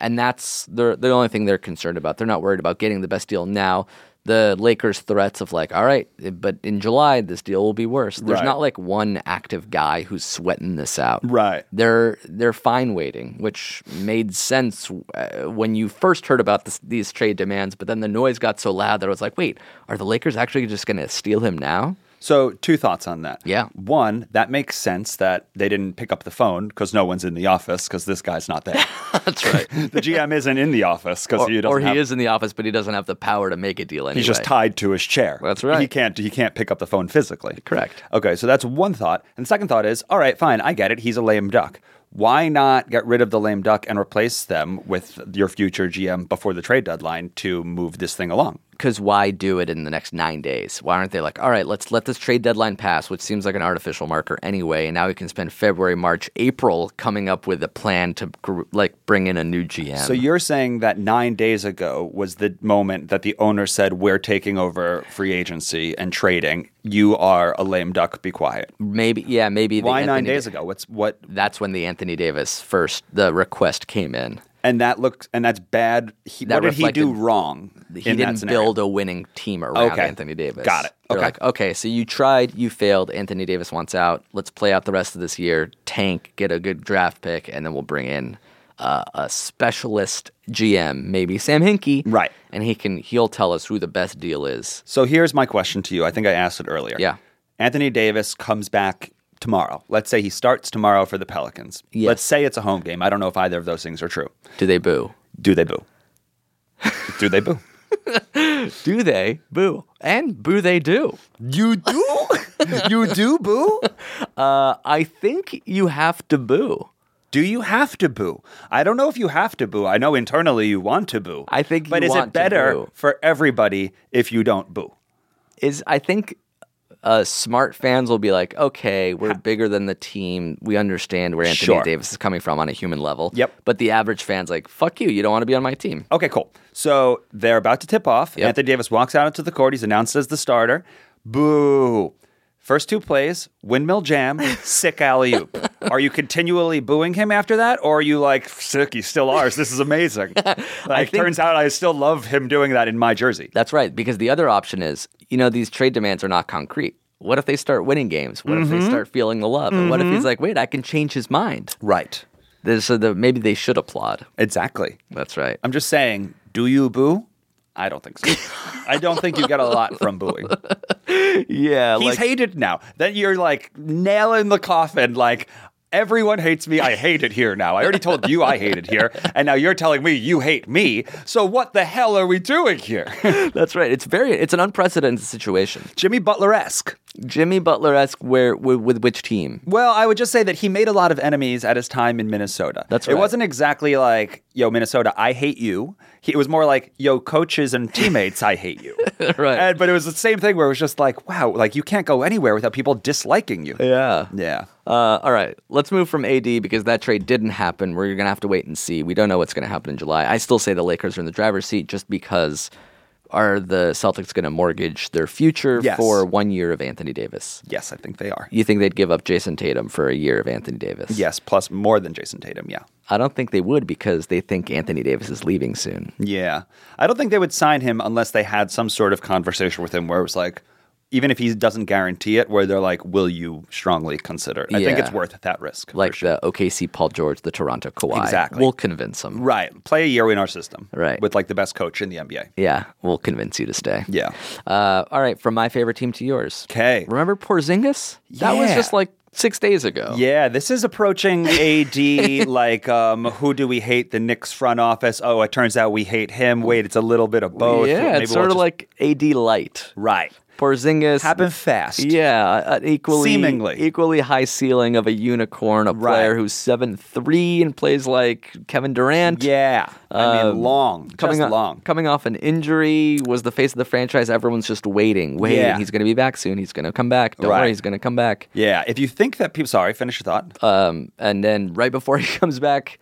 [SPEAKER 2] And that's the the only thing they're concerned about. They're not worried about getting the best deal now. The Lakers' threats of like, "All right, but in July this deal will be worse." There's
[SPEAKER 3] Right.
[SPEAKER 2] not like one active guy who's sweating this out.
[SPEAKER 3] Right.
[SPEAKER 2] They're they're fine waiting, which made sense uh, when you first heard about this, these trade demands. But then the noise got so loud that I was like, wait, are the Lakers actually just going to steal him now?
[SPEAKER 3] So, two thoughts on that.
[SPEAKER 2] Yeah.
[SPEAKER 3] One, that makes sense that they didn't pick up the phone because no one's in the office because this guy's not there.
[SPEAKER 2] That's right.
[SPEAKER 3] the GM isn't in the office because
[SPEAKER 2] or,
[SPEAKER 3] he doesn't
[SPEAKER 2] or he
[SPEAKER 3] have-
[SPEAKER 2] is in the office, but he doesn't have the power to make a deal anyway.
[SPEAKER 3] He's just tied to his chair.
[SPEAKER 2] That's right.
[SPEAKER 3] He can't he can't pick up the phone physically.
[SPEAKER 2] Correct.
[SPEAKER 3] Okay, so that's one thought. And the second thought is, all right, fine, I get it. He's a lame duck. Why not get rid of the lame duck and replace them with your future GM before the trade deadline to move this thing along?
[SPEAKER 2] because why do it in the next nine days? Why aren't they like, all right, let's let this trade deadline pass, which seems like an artificial marker anyway, and now we can spend February, March, April coming up with a plan to gr- like bring in a new GM.
[SPEAKER 3] So you're saying that nine days ago was the moment that the owner said, We're taking over free agency and trading. You are a lame duck, be quiet.
[SPEAKER 2] maybe, yeah, maybe the
[SPEAKER 3] Why nine
[SPEAKER 2] Anthony Da-
[SPEAKER 3] days ago? What's what
[SPEAKER 2] that's when the Anthony Davis first the request came in.
[SPEAKER 3] and that looks and that's bad. He,
[SPEAKER 2] That
[SPEAKER 3] what did he do
[SPEAKER 2] reflected-
[SPEAKER 3] wrong?
[SPEAKER 2] He
[SPEAKER 3] in that
[SPEAKER 2] didn't
[SPEAKER 3] scenario?
[SPEAKER 2] build a winning team around
[SPEAKER 3] Okay.
[SPEAKER 2] Anthony Davis.
[SPEAKER 3] Got it.
[SPEAKER 2] They're
[SPEAKER 3] Okay.
[SPEAKER 2] like, okay, so you tried, you failed. Anthony Davis wants out. Let's play out the rest of this year, tank, get a good draft pick, and then we'll bring in uh, a specialist GM, maybe Sam Hinkie,
[SPEAKER 3] Right.
[SPEAKER 2] And he can he'll tell us who the best deal is.
[SPEAKER 3] So here's my question to you. I think I asked it earlier.
[SPEAKER 2] Yeah.
[SPEAKER 3] Anthony Davis comes back tomorrow. Let's say he starts tomorrow for the Pelicans.
[SPEAKER 2] Yes.
[SPEAKER 3] Let's say it's a home game. I don't know if either of those things are true.
[SPEAKER 2] Do they boo?
[SPEAKER 3] Do they boo? do they boo?
[SPEAKER 2] Do they boo? And boo they do.
[SPEAKER 3] You do? you do boo?
[SPEAKER 2] Uh, I think you have to boo.
[SPEAKER 3] Do you have to boo? I don't know if you have to boo. I know internally you want to boo.
[SPEAKER 2] I think
[SPEAKER 3] But
[SPEAKER 2] you
[SPEAKER 3] is
[SPEAKER 2] want
[SPEAKER 3] it
[SPEAKER 2] to
[SPEAKER 3] better
[SPEAKER 2] boo.
[SPEAKER 3] for everybody if you don't boo?
[SPEAKER 2] is I think uh, smart fans will be like, okay, we're bigger than the team. We understand where Anthony
[SPEAKER 3] Sure.
[SPEAKER 2] Davis is coming from on a human level.
[SPEAKER 3] Yep.
[SPEAKER 2] But the average fan's like, fuck you. You don't want to be on my team.
[SPEAKER 3] Okay, cool. So they're about to tip off.
[SPEAKER 2] Yep.
[SPEAKER 3] Anthony Davis walks out into the court. He's announced as the starter. Boo. First two plays, windmill jam, sick alley oop. Are you continually booing him after that? Or are you like, sick, he's still ours. This is amazing.
[SPEAKER 2] think-
[SPEAKER 3] Like, turns out I still love him doing that in my jersey.
[SPEAKER 2] That's right. Because the other option is, you know, these trade demands are not concrete. What if they start winning games? What if they start feeling the love? And what if he's like, wait, I can change his mind?
[SPEAKER 3] Right.
[SPEAKER 2] There's- So the, maybe they should applaud.
[SPEAKER 3] Exactly.
[SPEAKER 2] That's right.
[SPEAKER 3] I'm just saying, do you boo? I don't think so. I don't think you get a lot from booing.
[SPEAKER 2] yeah.
[SPEAKER 3] He's hated now. Then you're like nail in the coffin, like everyone hates me. I hate it here now. I already told you I hate it here, and now you're telling me you hate me. So what the hell are we doing here?
[SPEAKER 2] that's right. It's very, it's an unprecedented situation.
[SPEAKER 3] Jimmy Butler esque.
[SPEAKER 2] Jimmy Butler esque, where, with, with which team?
[SPEAKER 3] Well, I would just say that he made a lot of enemies at his time in Minnesota.
[SPEAKER 2] That's
[SPEAKER 3] It
[SPEAKER 2] right.
[SPEAKER 3] wasn't exactly like, yo, Minnesota, I hate you. He, it was more like, yo, coaches and teammates, I hate you.
[SPEAKER 2] Right.
[SPEAKER 3] And, but it was the same thing where it was just like, wow, like you can't go anywhere without people disliking you.
[SPEAKER 2] Yeah.
[SPEAKER 3] Yeah.
[SPEAKER 2] Uh, all right, let's move from AD because that trade didn't happen. We're gonna have to wait and see. We don't know what's gonna happen in July. I still say the Lakers are in the driver's seat just because are the Celtics gonna mortgage their future
[SPEAKER 3] Yes.
[SPEAKER 2] for one year of Anthony Davis?
[SPEAKER 3] Yes, I think they are.
[SPEAKER 2] You think they'd give up Jason Tatum for a year of Anthony Davis?
[SPEAKER 3] Yes, plus more than Jason Tatum. Yeah.
[SPEAKER 2] I don't think they would because they think Anthony Davis is leaving soon.
[SPEAKER 3] Yeah. I don't think they would sign him unless they had some sort of conversation with him where it was like, even if he doesn't guarantee it, where they're like, will you strongly consider it? I think
[SPEAKER 2] Yeah.
[SPEAKER 3] it's worth that risk. for
[SPEAKER 2] Like
[SPEAKER 3] sure.
[SPEAKER 2] the OKC Paul George, the Toronto Kawhi.
[SPEAKER 3] Exactly.
[SPEAKER 2] We'll convince them.
[SPEAKER 3] Right. Play a year in our system.
[SPEAKER 2] Right.
[SPEAKER 3] With like the best coach in the NBA.
[SPEAKER 2] Yeah, we'll convince you to stay.
[SPEAKER 3] Yeah.
[SPEAKER 2] Uh, all right, from my favorite team to yours.
[SPEAKER 3] 'Kay.
[SPEAKER 2] Remember Porzingis? That was
[SPEAKER 3] Yeah.
[SPEAKER 2] just like six days ago.
[SPEAKER 3] Yeah, this is approaching AD like um, who do we hate? The Knicks front office. Oh, it turns out we hate him. Wait, Oh, it's a little bit of both.
[SPEAKER 2] Oh. Yeah,
[SPEAKER 3] Maybe
[SPEAKER 2] it's
[SPEAKER 3] we'll
[SPEAKER 2] sort of
[SPEAKER 3] just-
[SPEAKER 2] like AD light.
[SPEAKER 3] right.
[SPEAKER 2] Porzingis
[SPEAKER 3] Happened fast.
[SPEAKER 2] Yeah, uh, an equally
[SPEAKER 3] Seemingly.
[SPEAKER 2] equally high ceiling of a unicorn, a
[SPEAKER 3] Right.
[SPEAKER 2] player who's seven three and plays like Kevin Durant.
[SPEAKER 3] Yeah. I mean, long.
[SPEAKER 2] Um, coming
[SPEAKER 3] just
[SPEAKER 2] o-
[SPEAKER 3] long.
[SPEAKER 2] coming off an injury, was the face of the franchise. Everyone's just waiting, waiting.
[SPEAKER 3] Yeah.
[SPEAKER 2] He's going to be back soon. He's going to come back. Don't
[SPEAKER 3] Right.
[SPEAKER 2] worry, he's going to come back.
[SPEAKER 3] Yeah. If you think that people, sorry, finish your thought.
[SPEAKER 2] Um, and then right before he comes back,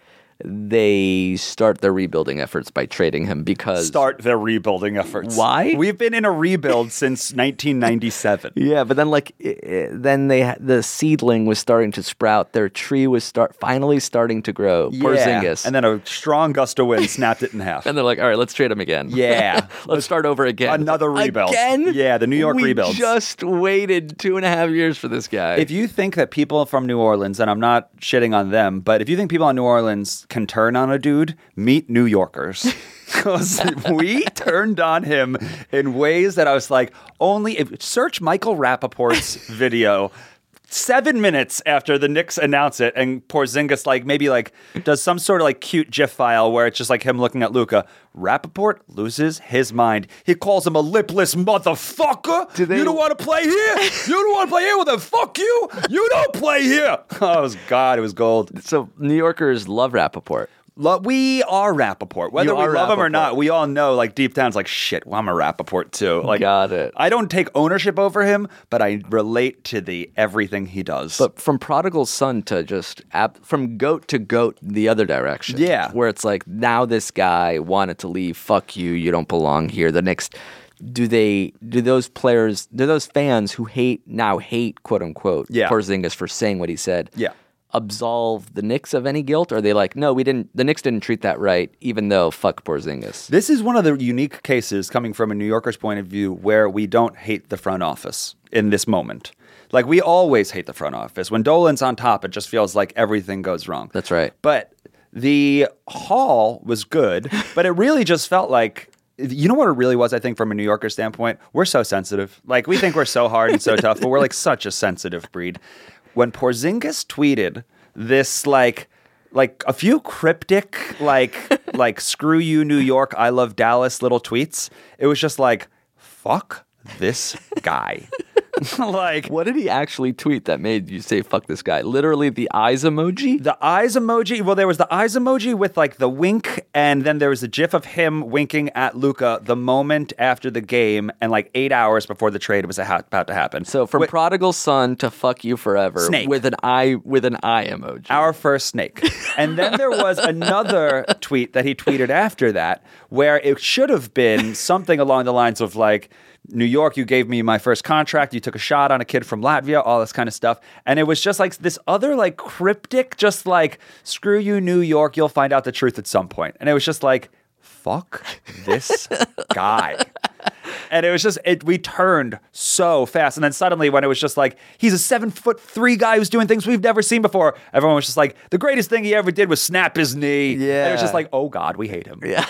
[SPEAKER 2] they start their rebuilding efforts by trading him because
[SPEAKER 3] Start their rebuilding efforts.
[SPEAKER 2] Why?
[SPEAKER 3] We've been in a rebuild since 1997.
[SPEAKER 2] Yeah, but then like i i- then they ha- the seedling was starting to sprout. Their tree was start finally starting to grow. Porzingis,
[SPEAKER 3] And then a strong gust of wind snapped it in half.
[SPEAKER 2] And they're like, all right, let's trade him again.
[SPEAKER 3] Yeah.
[SPEAKER 2] let's start over again.
[SPEAKER 3] Another rebuild.
[SPEAKER 2] Again?
[SPEAKER 3] Yeah, the New York
[SPEAKER 2] we
[SPEAKER 3] rebuilds.
[SPEAKER 2] Just waited two and a half years for this guy.
[SPEAKER 3] if you think that people from New Orleans, and I'm not shitting on them, but if you think people on New Orleans can turn on a dude, meet New Yorkers. Because we turned on him in ways that I was like, only if search Michael Rappaport's video. Seven minutes after the Knicks announce it, and Porzingis like maybe like does some sort of like cute GIF file where it's just like him looking at Luca. Rappaport loses his mind. He calls him a lipless motherfucker.
[SPEAKER 2] Do they-
[SPEAKER 3] you don't want to play here. You don't want to play here with them. Fuck you. You don't play here. Oh, it was God. It was gold.
[SPEAKER 2] so New Yorkers love Rappaport.
[SPEAKER 3] Lo- we are Rappaport. Whether
[SPEAKER 2] You
[SPEAKER 3] we
[SPEAKER 2] are
[SPEAKER 3] love him or
[SPEAKER 2] Rappaport.
[SPEAKER 3] not, we all know, like, deep down, it's like, shit, well, I'm a Rappaport too. Like,
[SPEAKER 2] Got it.
[SPEAKER 3] I don't take ownership over him, but I relate to the everything he does.
[SPEAKER 2] But from prodigal son to just ab- from goat to goat the other direction.
[SPEAKER 3] Yeah.
[SPEAKER 2] Where it's like, now this guy wanted to leave. Fuck you. You don't belong here. The next. Do they do those players do those fans who hate now hate quote unquote
[SPEAKER 3] Yeah.
[SPEAKER 2] Porzingis for saying what he said?
[SPEAKER 3] Yeah.
[SPEAKER 2] Absolve the Knicks of any guilt? Or are they like, no, we didn't the Knicks didn't treat that right, even though fuck Porzingis.
[SPEAKER 3] This is one of the unique cases coming from a New Yorker's point of view where we don't hate the front office in this moment. Like we always hate the front office. When Dolan's on top, it just feels like everything goes wrong.
[SPEAKER 2] That's right.
[SPEAKER 3] But the haul was good, but it really just felt like you know what it really was, I think, from a New Yorker standpoint? We're so sensitive. Like we think we're so hard and so tough, but we're like such a sensitive breed. When Porzingis tweeted this like like a few cryptic like like screw you New York, I love Dallas little tweets, it was just like, fuck this guy. like
[SPEAKER 2] What did he actually tweet that made you say fuck this guy? Literally the eyes emoji?
[SPEAKER 3] The eyes emoji. Well, there was the eyes emoji with like the wink, and then there was a gif of him winking at Luca the moment after the game, and like eight hours before the trade was a ha- about to happen.
[SPEAKER 2] So from prodigal son to fuck you forever
[SPEAKER 3] Snake.
[SPEAKER 2] with an eye with an eye emoji.
[SPEAKER 3] our first snake. And then there was another tweet that he tweeted after that where it should have been something along the lines of like, New York, you gave me my first contract, you took a shot on a kid from Latvia, all this kind of stuff. And it was just like this other like cryptic, just like, screw you, New York, you'll find out the truth at some point. And it was just like, fuck this guy. And it was just it we turned so fast. And then suddenly when it was just like, he's a seven foot three guy who's doing things we've never seen before, everyone was just like, the greatest thing he ever did was snap his knee. And it was just
[SPEAKER 2] Yeah.
[SPEAKER 3] like, oh God, we hate him.
[SPEAKER 2] Yeah.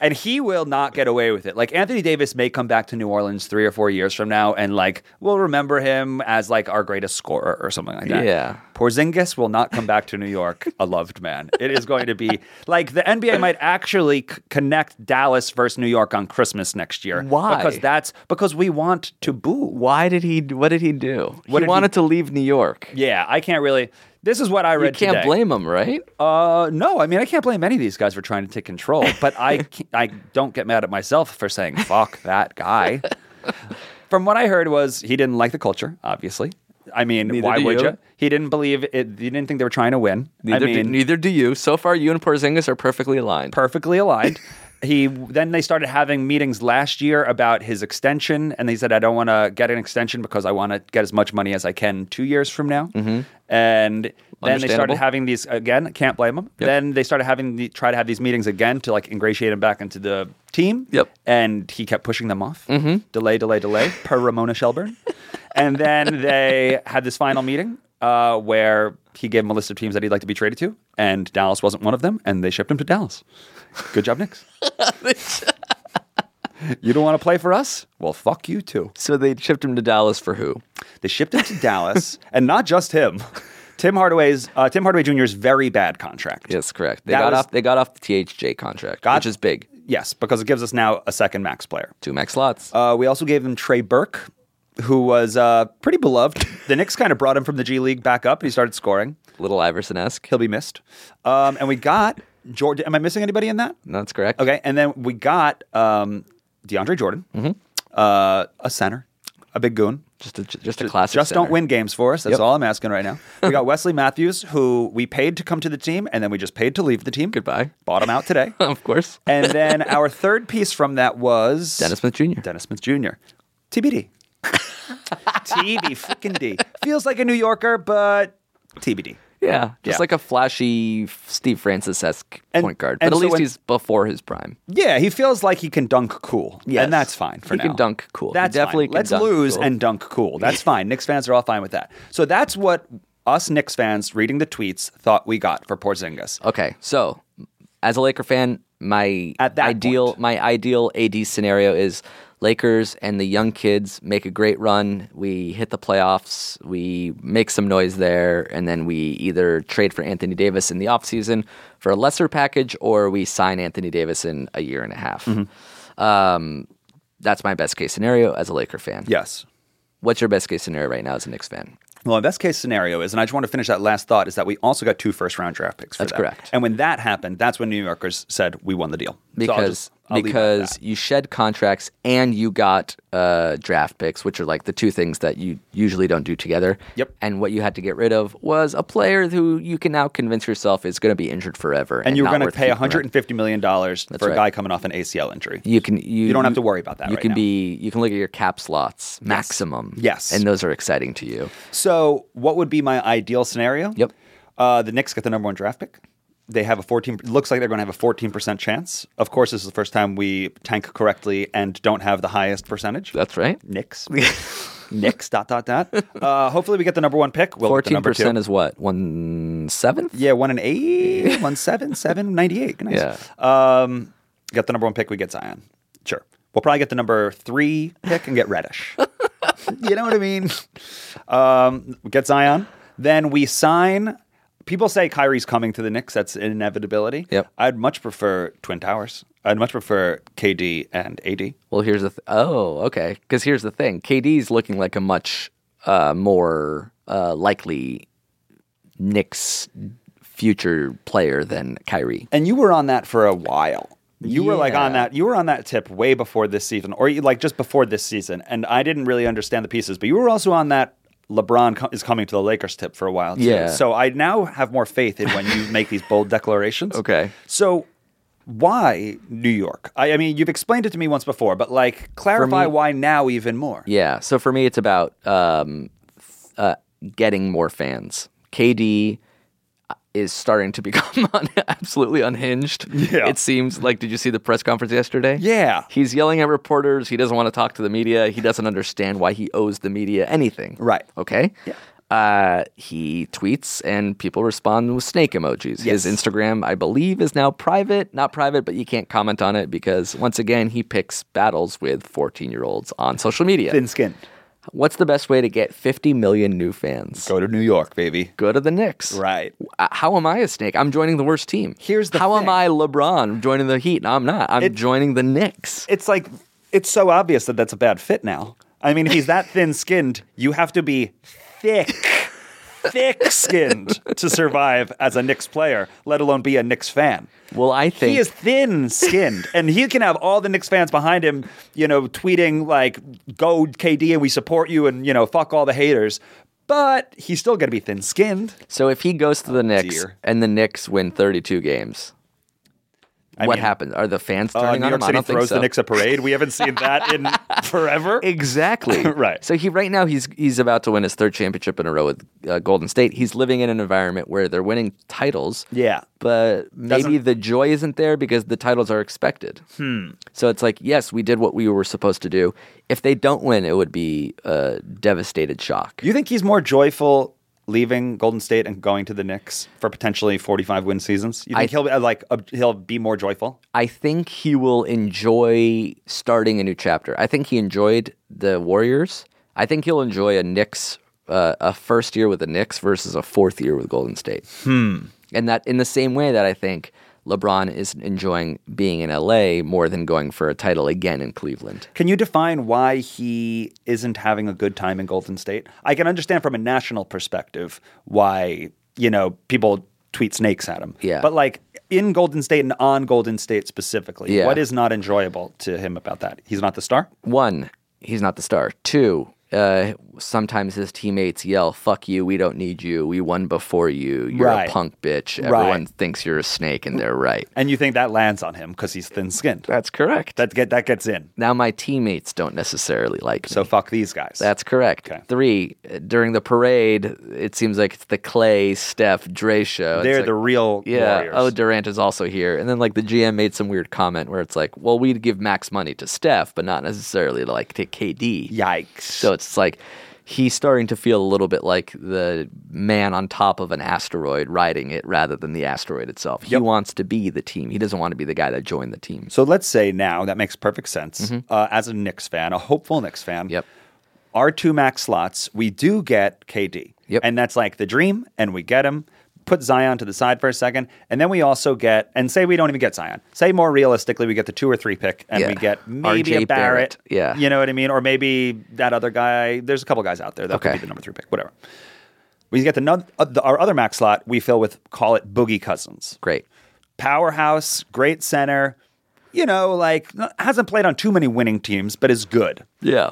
[SPEAKER 3] And he will not get away with it. Like Anthony Davis may come back to New Orleans three or four years from now, and like we'll remember him as like our greatest scorer or something like that.
[SPEAKER 2] Yeah.
[SPEAKER 3] Porzingis will not come back to New York a loved man. It is going to be like the NBA might actually c- connect Dallas versus New York on Christmas next year.
[SPEAKER 2] Why?
[SPEAKER 3] Because that's because we want to boo.
[SPEAKER 2] Why did he what did he do? he
[SPEAKER 3] What did he-
[SPEAKER 2] wanted to leave New York.
[SPEAKER 3] Yeah, I can't really. This is what I
[SPEAKER 2] You
[SPEAKER 3] read.
[SPEAKER 2] can't
[SPEAKER 3] today.
[SPEAKER 2] blame him, right?
[SPEAKER 3] Uh, no, I mean I can't blame any of these guys for trying to take control, but I can't- I don't get mad at myself for saying fuck that guy. From what I heard was he didn't like the culture, obviously. I mean, why
[SPEAKER 2] do
[SPEAKER 3] would
[SPEAKER 2] you.
[SPEAKER 3] you? He didn't believe it. He didn't think they were trying to win.
[SPEAKER 2] Neither
[SPEAKER 3] I
[SPEAKER 2] do,
[SPEAKER 3] mean,
[SPEAKER 2] neither do you. So far you and Porzingis are perfectly aligned.
[SPEAKER 3] perfectly aligned. he then they started having meetings last year about his extension, and they said, "I don't want to get an extension because I want to get as much money as I can two years from now." And then they started
[SPEAKER 2] Understandable.
[SPEAKER 3] having these again. Can't blame them. Then they started having the, try to have these meetings again to like ingratiate him back into the team.
[SPEAKER 2] Yep.
[SPEAKER 3] And he kept pushing them off. Delay, delay, delay. per Ramona Shelburne. and then they had this final meeting uh, where he gave him a list of teams that he'd like to be traded to, and Dallas wasn't one of them, and they shipped him to Dallas. Good job, Knicks. you don't want to play for us? Well, fuck you too.
[SPEAKER 2] so they shipped him to Dallas for who?
[SPEAKER 3] They shipped him to Dallas, and not just him. Tim Hardaway's uh, Tim Hardaway Jr.'s very bad contract.
[SPEAKER 2] Yes, correct. They
[SPEAKER 3] That
[SPEAKER 2] got
[SPEAKER 3] was-
[SPEAKER 2] off they got off the THJ contract, which is big.
[SPEAKER 3] Yes, because it gives us now a second max player.
[SPEAKER 2] Two max slots.
[SPEAKER 3] Uh, we also gave them Trey Burke, who was uh, pretty beloved. The Knicks kind of brought him from the G League back up, and he started scoring.
[SPEAKER 2] Little Iverson esque.
[SPEAKER 3] He'll be missed. Um, and we got Jordan. Am I missing anybody in that?
[SPEAKER 2] That's correct.
[SPEAKER 3] Okay, and then we got um, DeAndre Jordan,
[SPEAKER 2] Mm-hmm.
[SPEAKER 3] uh, a center, a big goon.
[SPEAKER 2] Just a, ju- just a classic.
[SPEAKER 3] Just don't
[SPEAKER 2] center.
[SPEAKER 3] win games for us. That's
[SPEAKER 2] Yep.
[SPEAKER 3] all I'm asking right now. We got Wesley Matthews, who we paid to come to the team, and then we just paid to leave the team.
[SPEAKER 2] Goodbye.
[SPEAKER 3] Bought him out today.
[SPEAKER 2] of course.
[SPEAKER 3] and then our third piece from that was
[SPEAKER 2] Dennis Smith Jr.
[SPEAKER 3] Dennis Smith Jr. TBD. TBD. Freaking D. Feels like a New Yorker, but TBD.
[SPEAKER 2] Yeah, just
[SPEAKER 3] Yeah.
[SPEAKER 2] like a flashy Steve Francis esque
[SPEAKER 3] And-
[SPEAKER 2] point guard. But
[SPEAKER 3] and
[SPEAKER 2] at
[SPEAKER 3] so
[SPEAKER 2] least
[SPEAKER 3] when-
[SPEAKER 2] he's before his prime.
[SPEAKER 3] Yeah, he feels like he can dunk cool.
[SPEAKER 2] Yes.
[SPEAKER 3] And that's fine for
[SPEAKER 2] He
[SPEAKER 3] now.
[SPEAKER 2] can dunk cool. He
[SPEAKER 3] That's
[SPEAKER 2] definitely
[SPEAKER 3] fine.
[SPEAKER 2] can
[SPEAKER 3] Let's
[SPEAKER 2] dunk
[SPEAKER 3] lose
[SPEAKER 2] cool.
[SPEAKER 3] and dunk cool. That's fine. Knicks fans are all fine with that. So that's what us Knicks fans reading the tweets thought we got for Porzingis.
[SPEAKER 2] Okay, so as a Laker fan, my
[SPEAKER 3] At that
[SPEAKER 2] ideal
[SPEAKER 3] point.
[SPEAKER 2] my ideal AD scenario is Lakers and the young kids make a great run. We hit the playoffs, we make some noise there, and then we either trade for Anthony Davis in the offseason for a lesser package or we sign Anthony Davis in a year and a half.
[SPEAKER 3] Mm-hmm.
[SPEAKER 2] Um, that's my best case scenario as a Laker fan.
[SPEAKER 3] Yes.
[SPEAKER 2] What's your best case scenario right now as a Knicks fan?
[SPEAKER 3] Well, my best case scenario is, and I just want to finish that last thought, is that we also got two first round draft picks. For
[SPEAKER 2] That's
[SPEAKER 3] that.
[SPEAKER 2] correct.
[SPEAKER 3] And when that happened, that's when New Yorkers said we won the deal. So I'll
[SPEAKER 2] because
[SPEAKER 3] just- I'll leave it at
[SPEAKER 2] because
[SPEAKER 3] that.
[SPEAKER 2] you shed contracts and you got uh, draft picks, which are like the two things that you usually don't do together.
[SPEAKER 3] Yep.
[SPEAKER 2] And what you had to get rid of was a player who you can now convince yourself is going to be injured forever,
[SPEAKER 3] and you're
[SPEAKER 2] not
[SPEAKER 3] going to
[SPEAKER 2] worth
[SPEAKER 3] pay
[SPEAKER 2] keeping around.
[SPEAKER 3] 150 million dollars for a
[SPEAKER 2] right.
[SPEAKER 3] guy coming off an ACL injury.
[SPEAKER 2] You can you,
[SPEAKER 3] You don't have to worry about that
[SPEAKER 2] You
[SPEAKER 3] right
[SPEAKER 2] can
[SPEAKER 3] now.
[SPEAKER 2] be you can look at your cap slots maximum.
[SPEAKER 3] Yes.
[SPEAKER 2] And those are exciting to you.
[SPEAKER 3] So, what would be my ideal scenario?
[SPEAKER 2] Yep.
[SPEAKER 3] Uh, the Knicks get the number one draft pick. They have a 14. Looks like they're going to have a 14 percent chance. Of course, this is the first time we tank correctly and don't have the highest percentage.
[SPEAKER 2] That's right.
[SPEAKER 3] Knicks. Knicks. Dot dot dot. Uh, hopefully, we get the number one pick. We'll get the
[SPEAKER 2] Fourteen
[SPEAKER 3] number two.
[SPEAKER 2] percent is what one seventh.
[SPEAKER 3] Yeah, one and eight, one seven, seven, 98. Nice.
[SPEAKER 2] Yeah.
[SPEAKER 3] Um, got the number one pick, we get Zion. Sure. We'll probably get the number three pick and get Reddish. you know what I mean? Um, we get Zion. Then we sign. People say Kyrie's coming to the Knicks. That's an inevitability.
[SPEAKER 2] Yep.
[SPEAKER 3] I'd much prefer Twin Towers. I'd much prefer KD and AD.
[SPEAKER 2] Well, here's the th- oh okay because here's the thing. KD's looking like a much uh, more uh, likely Knicks future player than Kyrie.
[SPEAKER 3] And you were on that for a while. You were like on
[SPEAKER 2] Yeah.
[SPEAKER 3] that. You were on that tip way before this season, or you- like just before this season. And I didn't really understand the pieces, but you were also on that. LeBron co- is coming to the Lakers tip for a while. Too.
[SPEAKER 2] Yeah.
[SPEAKER 3] So I now have more faith in when you make these bold declarations.
[SPEAKER 2] Okay.
[SPEAKER 3] So why New York? I, I mean, you've explained it to me once before, but like clarify
[SPEAKER 2] me-
[SPEAKER 3] why now even more.
[SPEAKER 2] Yeah. So for me, it's about um, th- uh, getting more fans. KD is starting to become un- absolutely unhinged.
[SPEAKER 3] Yeah.
[SPEAKER 2] It seems like. Did you see the press conference yesterday?
[SPEAKER 3] Yeah.
[SPEAKER 2] He's yelling at reporters. He doesn't want to talk to the media. He doesn't understand why he owes the media anything.
[SPEAKER 3] Right.
[SPEAKER 2] Okay.
[SPEAKER 3] Yeah.
[SPEAKER 2] Uh, he tweets and people respond with snake emojis.
[SPEAKER 3] Yes.
[SPEAKER 2] His Instagram, I believe, is now private. Not private, but you can't comment on it because, once again, he picks battles with 14 year olds on social media.
[SPEAKER 3] Thin skinned.
[SPEAKER 2] What's the best way to get 50 million new fans?
[SPEAKER 3] Go to New York, baby.
[SPEAKER 2] Go to the Knicks.
[SPEAKER 3] Right.
[SPEAKER 2] Uh, How am I a snake? I'm joining the worst team.
[SPEAKER 3] Here's the
[SPEAKER 2] How
[SPEAKER 3] thing.
[SPEAKER 2] am I LeBron joining the Heat? No, I'm not. I'm
[SPEAKER 3] It-
[SPEAKER 2] joining the Knicks.
[SPEAKER 3] it's like it's so obvious that that's a bad fit now. I mean, if he's that thin-skinned, you have to be thick, thick-skinned to survive as a Knicks player, let alone be a Knicks fan.
[SPEAKER 2] Well, I think
[SPEAKER 3] He is thin-skinned, and he can have all the Knicks fans behind him, you know, tweeting like "Go KD, and we support you," and you know, "Fuck all the haters." But he's still going to be thin-skinned.
[SPEAKER 2] So if he goes to the Knicks
[SPEAKER 3] Oh, dear.
[SPEAKER 2] and the Knicks win 32 games, what
[SPEAKER 3] mean-
[SPEAKER 2] happens? Are the fans turning
[SPEAKER 3] Uh,
[SPEAKER 2] on
[SPEAKER 3] New York
[SPEAKER 2] him? I
[SPEAKER 3] City
[SPEAKER 2] don't think
[SPEAKER 3] throws
[SPEAKER 2] so.
[SPEAKER 3] the Knicks a parade. We haven't seen that in forever.
[SPEAKER 2] Exactly.
[SPEAKER 3] Right.
[SPEAKER 2] So he right now he's he's about to win his third championship in a row with uh, Golden State. He's living in an environment where they're winning titles.
[SPEAKER 3] Yeah.
[SPEAKER 2] But maybe
[SPEAKER 3] Doesn't-
[SPEAKER 2] the joy isn't there because the titles are expected. Hmm. So it's like, yes, we did what we were supposed to do. If they don't win, it would be a devastated shock.
[SPEAKER 3] Do you think he's more joyful leaving Golden State and going to the Knicks for potentially 45 win seasons? You
[SPEAKER 2] I-
[SPEAKER 3] think he'll be, uh, like ob- he'll be more joyful?
[SPEAKER 2] I think he will enjoy starting a new chapter. I think he enjoyed the Warriors. I think he'll enjoy a Knicks, uh, a first year with the Knicks versus a fourth year with Golden State. Hmm. And that in the same way that I think LeBron is enjoying being in LA more than going for a title again in Cleveland.
[SPEAKER 3] Can you define why he isn't having a good time in Golden State? I can understand from a national perspective why, you know, people tweet snakes at him.
[SPEAKER 2] Yeah.
[SPEAKER 3] But like in Golden State and on Golden State specifically,
[SPEAKER 2] Yeah.
[SPEAKER 3] what is not enjoyable to him about that? He's not the star?
[SPEAKER 2] One, he's not the star. Two, uh, sometimes his teammates yell, "Fuck you! We don't need you. We won before you. You're
[SPEAKER 3] Right.
[SPEAKER 2] a punk bitch.
[SPEAKER 3] Right.
[SPEAKER 2] Everyone thinks you're a snake, and they're right."
[SPEAKER 3] And you think that lands on him because he's thin skinned.
[SPEAKER 2] That's correct.
[SPEAKER 3] That get that gets in.
[SPEAKER 2] now my teammates don't necessarily like me.
[SPEAKER 3] So fuck these guys.
[SPEAKER 2] That's correct.
[SPEAKER 3] Okay.
[SPEAKER 2] Three, uh, during the parade, it seems like it's the Clay, Steph, Dre show. It's
[SPEAKER 3] they're
[SPEAKER 2] like,
[SPEAKER 3] the real
[SPEAKER 2] yeah.
[SPEAKER 3] warriors.
[SPEAKER 2] Oh, Durant is also here, and then like the GM made some weird comment where it's like, well, we'd give max money to Steph, but not necessarily to like to KD.
[SPEAKER 3] Yikes.
[SPEAKER 2] So it's like he's starting to feel a little bit like the man on top of an asteroid riding it rather than the asteroid itself. He wants to be the team. He doesn't want to be the guy that joined the team.
[SPEAKER 3] So let's say now that makes perfect sense. Uh, as a Knicks fan, a hopeful Knicks fan,
[SPEAKER 2] Mm-hmm. Yep.
[SPEAKER 3] our two max slots, we do get KD.
[SPEAKER 2] Yep.
[SPEAKER 3] And that's like the dream, and we get him. Put Zion to the side for a second, and then we also get, and say we don't even get Zion. Say more realistically, we get the two or three pick, and
[SPEAKER 2] Yeah.
[SPEAKER 3] we get
[SPEAKER 2] RJ
[SPEAKER 3] maybe a Barrett.
[SPEAKER 2] Barrett. Yeah.
[SPEAKER 3] You know what I mean? Or maybe that other guy. There's a couple guys out there that could
[SPEAKER 2] Okay.
[SPEAKER 3] be the number three pick, whatever. We get the, nun- uh, the our other max slot, we fill with, call it Boogie Cousins
[SPEAKER 2] Great.
[SPEAKER 3] powerhouse, great center. You know, like n- hasn't played on too many winning teams, but is good.
[SPEAKER 2] Yeah.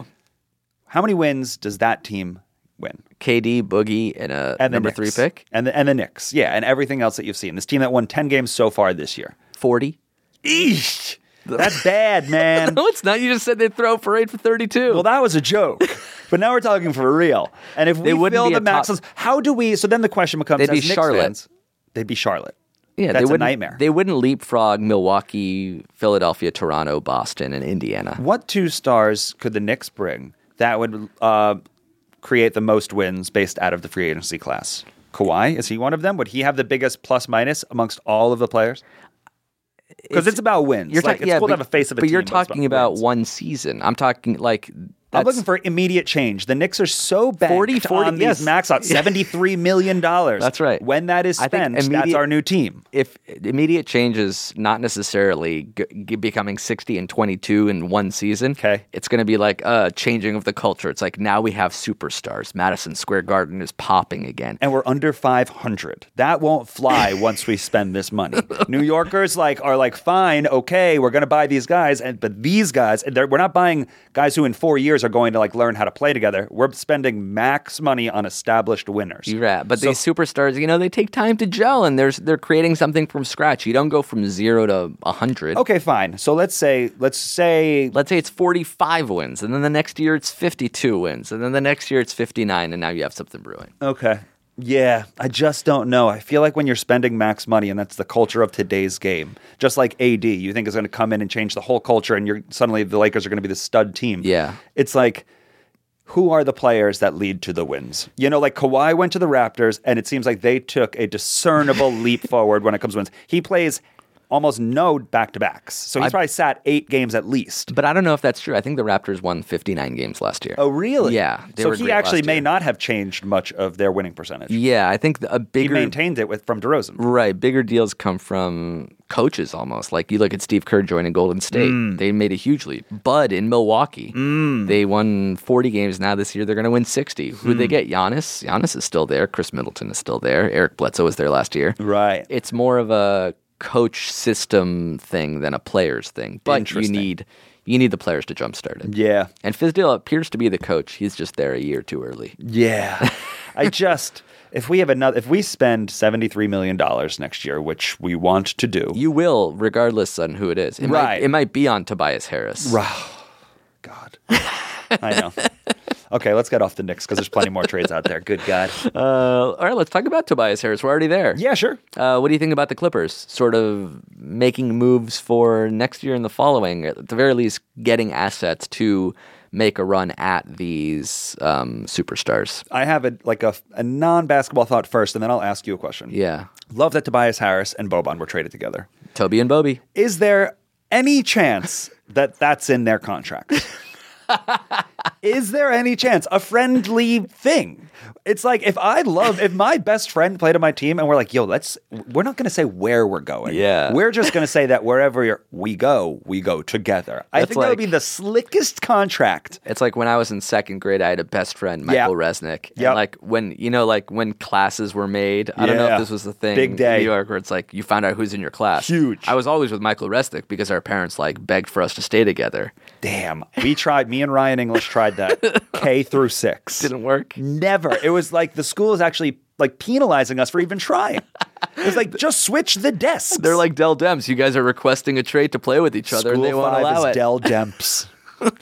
[SPEAKER 3] How many wins does that team win?
[SPEAKER 2] KD, Boogie, and a
[SPEAKER 3] And the
[SPEAKER 2] number
[SPEAKER 3] Knicks.
[SPEAKER 2] three pick.
[SPEAKER 3] and the and the Knicks, yeah, and everything else that you've seen. This team that won ten games so far this year.
[SPEAKER 2] Forty.
[SPEAKER 3] Eesh, that's bad, man.
[SPEAKER 2] No, it's not. You just said they'd throw a parade for thirty-two.
[SPEAKER 3] Well, that was a joke, but now we're talking for real. And if we
[SPEAKER 2] They wouldn't
[SPEAKER 3] fill
[SPEAKER 2] be
[SPEAKER 3] the
[SPEAKER 2] a top-
[SPEAKER 3] maxes, how do we? So then the question becomes:
[SPEAKER 2] They'd be
[SPEAKER 3] as Knicks
[SPEAKER 2] Charlotte.
[SPEAKER 3] fans- they'd be Charlotte.
[SPEAKER 2] yeah,
[SPEAKER 3] that's
[SPEAKER 2] they
[SPEAKER 3] a
[SPEAKER 2] wouldn't-
[SPEAKER 3] nightmare.
[SPEAKER 2] They wouldn't leapfrog Milwaukee, Philadelphia, Toronto, Boston, and Indiana.
[SPEAKER 3] What two stars could the Knicks bring that would uh, create the most wins based out of the free agency class? Kawhi is he one of them? Would he have the biggest plus minus amongst all of the players? Because it's, about wins.
[SPEAKER 2] You're
[SPEAKER 3] like,
[SPEAKER 2] talking,
[SPEAKER 3] it's
[SPEAKER 2] yeah,
[SPEAKER 3] cool
[SPEAKER 2] but,
[SPEAKER 3] to have a face of a
[SPEAKER 2] but
[SPEAKER 3] team,
[SPEAKER 2] you're
[SPEAKER 3] it's
[SPEAKER 2] talking about,
[SPEAKER 3] wins.
[SPEAKER 2] one season. I'm talking like
[SPEAKER 3] I'm
[SPEAKER 2] that's-
[SPEAKER 3] looking for immediate change. The Knicks are so banked
[SPEAKER 2] 40, 40,
[SPEAKER 3] on these
[SPEAKER 2] yes.
[SPEAKER 3] max out seventy three million dollars.
[SPEAKER 2] That's right.
[SPEAKER 3] When that is
[SPEAKER 2] I think
[SPEAKER 3] spent, that's
[SPEAKER 2] immediate-
[SPEAKER 3] our new team.
[SPEAKER 2] if immediate changes not necessarily g- g- becoming 60 and 22 in one season
[SPEAKER 3] Okay.
[SPEAKER 2] it's going to be like a changing of the culture it's like now we have superstars madison square garden is popping again
[SPEAKER 3] and we're under 500. That won't fly once we spend this money. New Yorkers like are like, fine, okay, we're gonna buy these guys, and but these guys, and they're- we're not buying guys who in four years are going to like learn how to play together. We're spending max money on established winners.
[SPEAKER 2] You're right. But these superstars, you know, they take time to gel and there's they're creating something from scratch. You don't go from zero to a hundred.
[SPEAKER 3] Okay, fine. So let's say, let's say,
[SPEAKER 2] Let's say it's 45 wins, and then the next year it's 52 wins, and then the next year it's 59, and now you have something brewing.
[SPEAKER 3] okay. Yeah, I just don't know. I feel like when you're spending max money, and that's the culture of today's game, just like AD, you think is going to come in and change the whole culture, and you're suddenly the Lakers are going to be the stud team.
[SPEAKER 2] Yeah.
[SPEAKER 3] It's like, who are the players that lead to the wins? You know, like Kawhi went to the Raptors, and it seems like they took a discernible leap forward when it comes to wins. He plays almost no back to backs. So he's probably sat eight games at least.
[SPEAKER 2] But I don't know if that's true. I think the Raptors won 59 games last year.
[SPEAKER 3] Oh, really?
[SPEAKER 2] Yeah, they
[SPEAKER 3] So
[SPEAKER 2] were
[SPEAKER 3] he
[SPEAKER 2] great
[SPEAKER 3] actually
[SPEAKER 2] last
[SPEAKER 3] may
[SPEAKER 2] year.
[SPEAKER 3] not have changed much of their winning percentage.
[SPEAKER 2] Yeah, I think a
[SPEAKER 3] He
[SPEAKER 2] bigger
[SPEAKER 3] maintained it with from DeRozan.
[SPEAKER 2] right bigger deals come from coaches almost. Like you look at Steve Kerr joining Golden State,
[SPEAKER 3] Mm.
[SPEAKER 2] they made a huge leap. Bud in Milwaukee, they won 40 games. Now this year they're going to win 60. Who
[SPEAKER 3] Hmm.
[SPEAKER 2] they get? Giannis. Giannis is still there. Chris Middleton is still there. Eric Bledsoe was there last year.
[SPEAKER 3] Right.
[SPEAKER 2] It's more of a coach system thing than a players thing. But you
[SPEAKER 3] Interesting.
[SPEAKER 2] need you need the players to jumpstart it.
[SPEAKER 3] Yeah.
[SPEAKER 2] And Fizdale appears to be the coach. He's just there a year too early.
[SPEAKER 3] Yeah. I just if we have another if we spend seventy three million dollars next year, which we want to do.
[SPEAKER 2] You will, regardless on who it is. It
[SPEAKER 3] Right.
[SPEAKER 2] Might, it might be on Tobias Harris.
[SPEAKER 3] God. I know. Okay, let's get off the Knicks because there's plenty more trades out there. Good God.
[SPEAKER 2] Uh, all right, let's talk about Tobias Harris. We're already there.
[SPEAKER 3] Yeah, sure.
[SPEAKER 2] Uh, what do you think about the Clippers? Sort of making moves for next year and the following, at the very least, getting assets to make a run at these um, superstars.
[SPEAKER 3] I have a like a, a non basketball thought first, and then I'll ask you a question.
[SPEAKER 2] Yeah.
[SPEAKER 3] Love that Tobias Harris and Boban were traded together.
[SPEAKER 2] Toby and Bobby.
[SPEAKER 3] Is there any chance that that's in their contract? Is there any chance? A friendly thing. it's like if I love if my best friend played on my team and we're like, yo, let's we're not gonna say where we're going.
[SPEAKER 2] Yeah.
[SPEAKER 3] We're just gonna say that wherever you're, we go, we go together. I
[SPEAKER 2] That's
[SPEAKER 3] think that would be
[SPEAKER 2] like-
[SPEAKER 3] the slickest contract.
[SPEAKER 2] It's like when I was in second grade, I had a best friend, Michael
[SPEAKER 3] Yeah.
[SPEAKER 2] Resnick. And
[SPEAKER 3] Yep.
[SPEAKER 2] Like when you know, like when classes were made. I don't know
[SPEAKER 3] Yeah.
[SPEAKER 2] if this was the thing
[SPEAKER 3] Big day.
[SPEAKER 2] in New York where it's like you found out who's in your class.
[SPEAKER 3] Huge.
[SPEAKER 2] I was always with Michael Resnick because our parents like begged for us to stay together.
[SPEAKER 3] Damn. We tried me and Ryan English tried that. K through six.
[SPEAKER 2] Didn't work.
[SPEAKER 3] Never. It was like the school is actually like penalizing us for even trying. It's like just switch the desks.
[SPEAKER 2] They're like Dell Dems. You guys are requesting a trade to play with each other, and they won't
[SPEAKER 3] five
[SPEAKER 2] allow
[SPEAKER 3] is
[SPEAKER 2] it.
[SPEAKER 3] Dell Demps.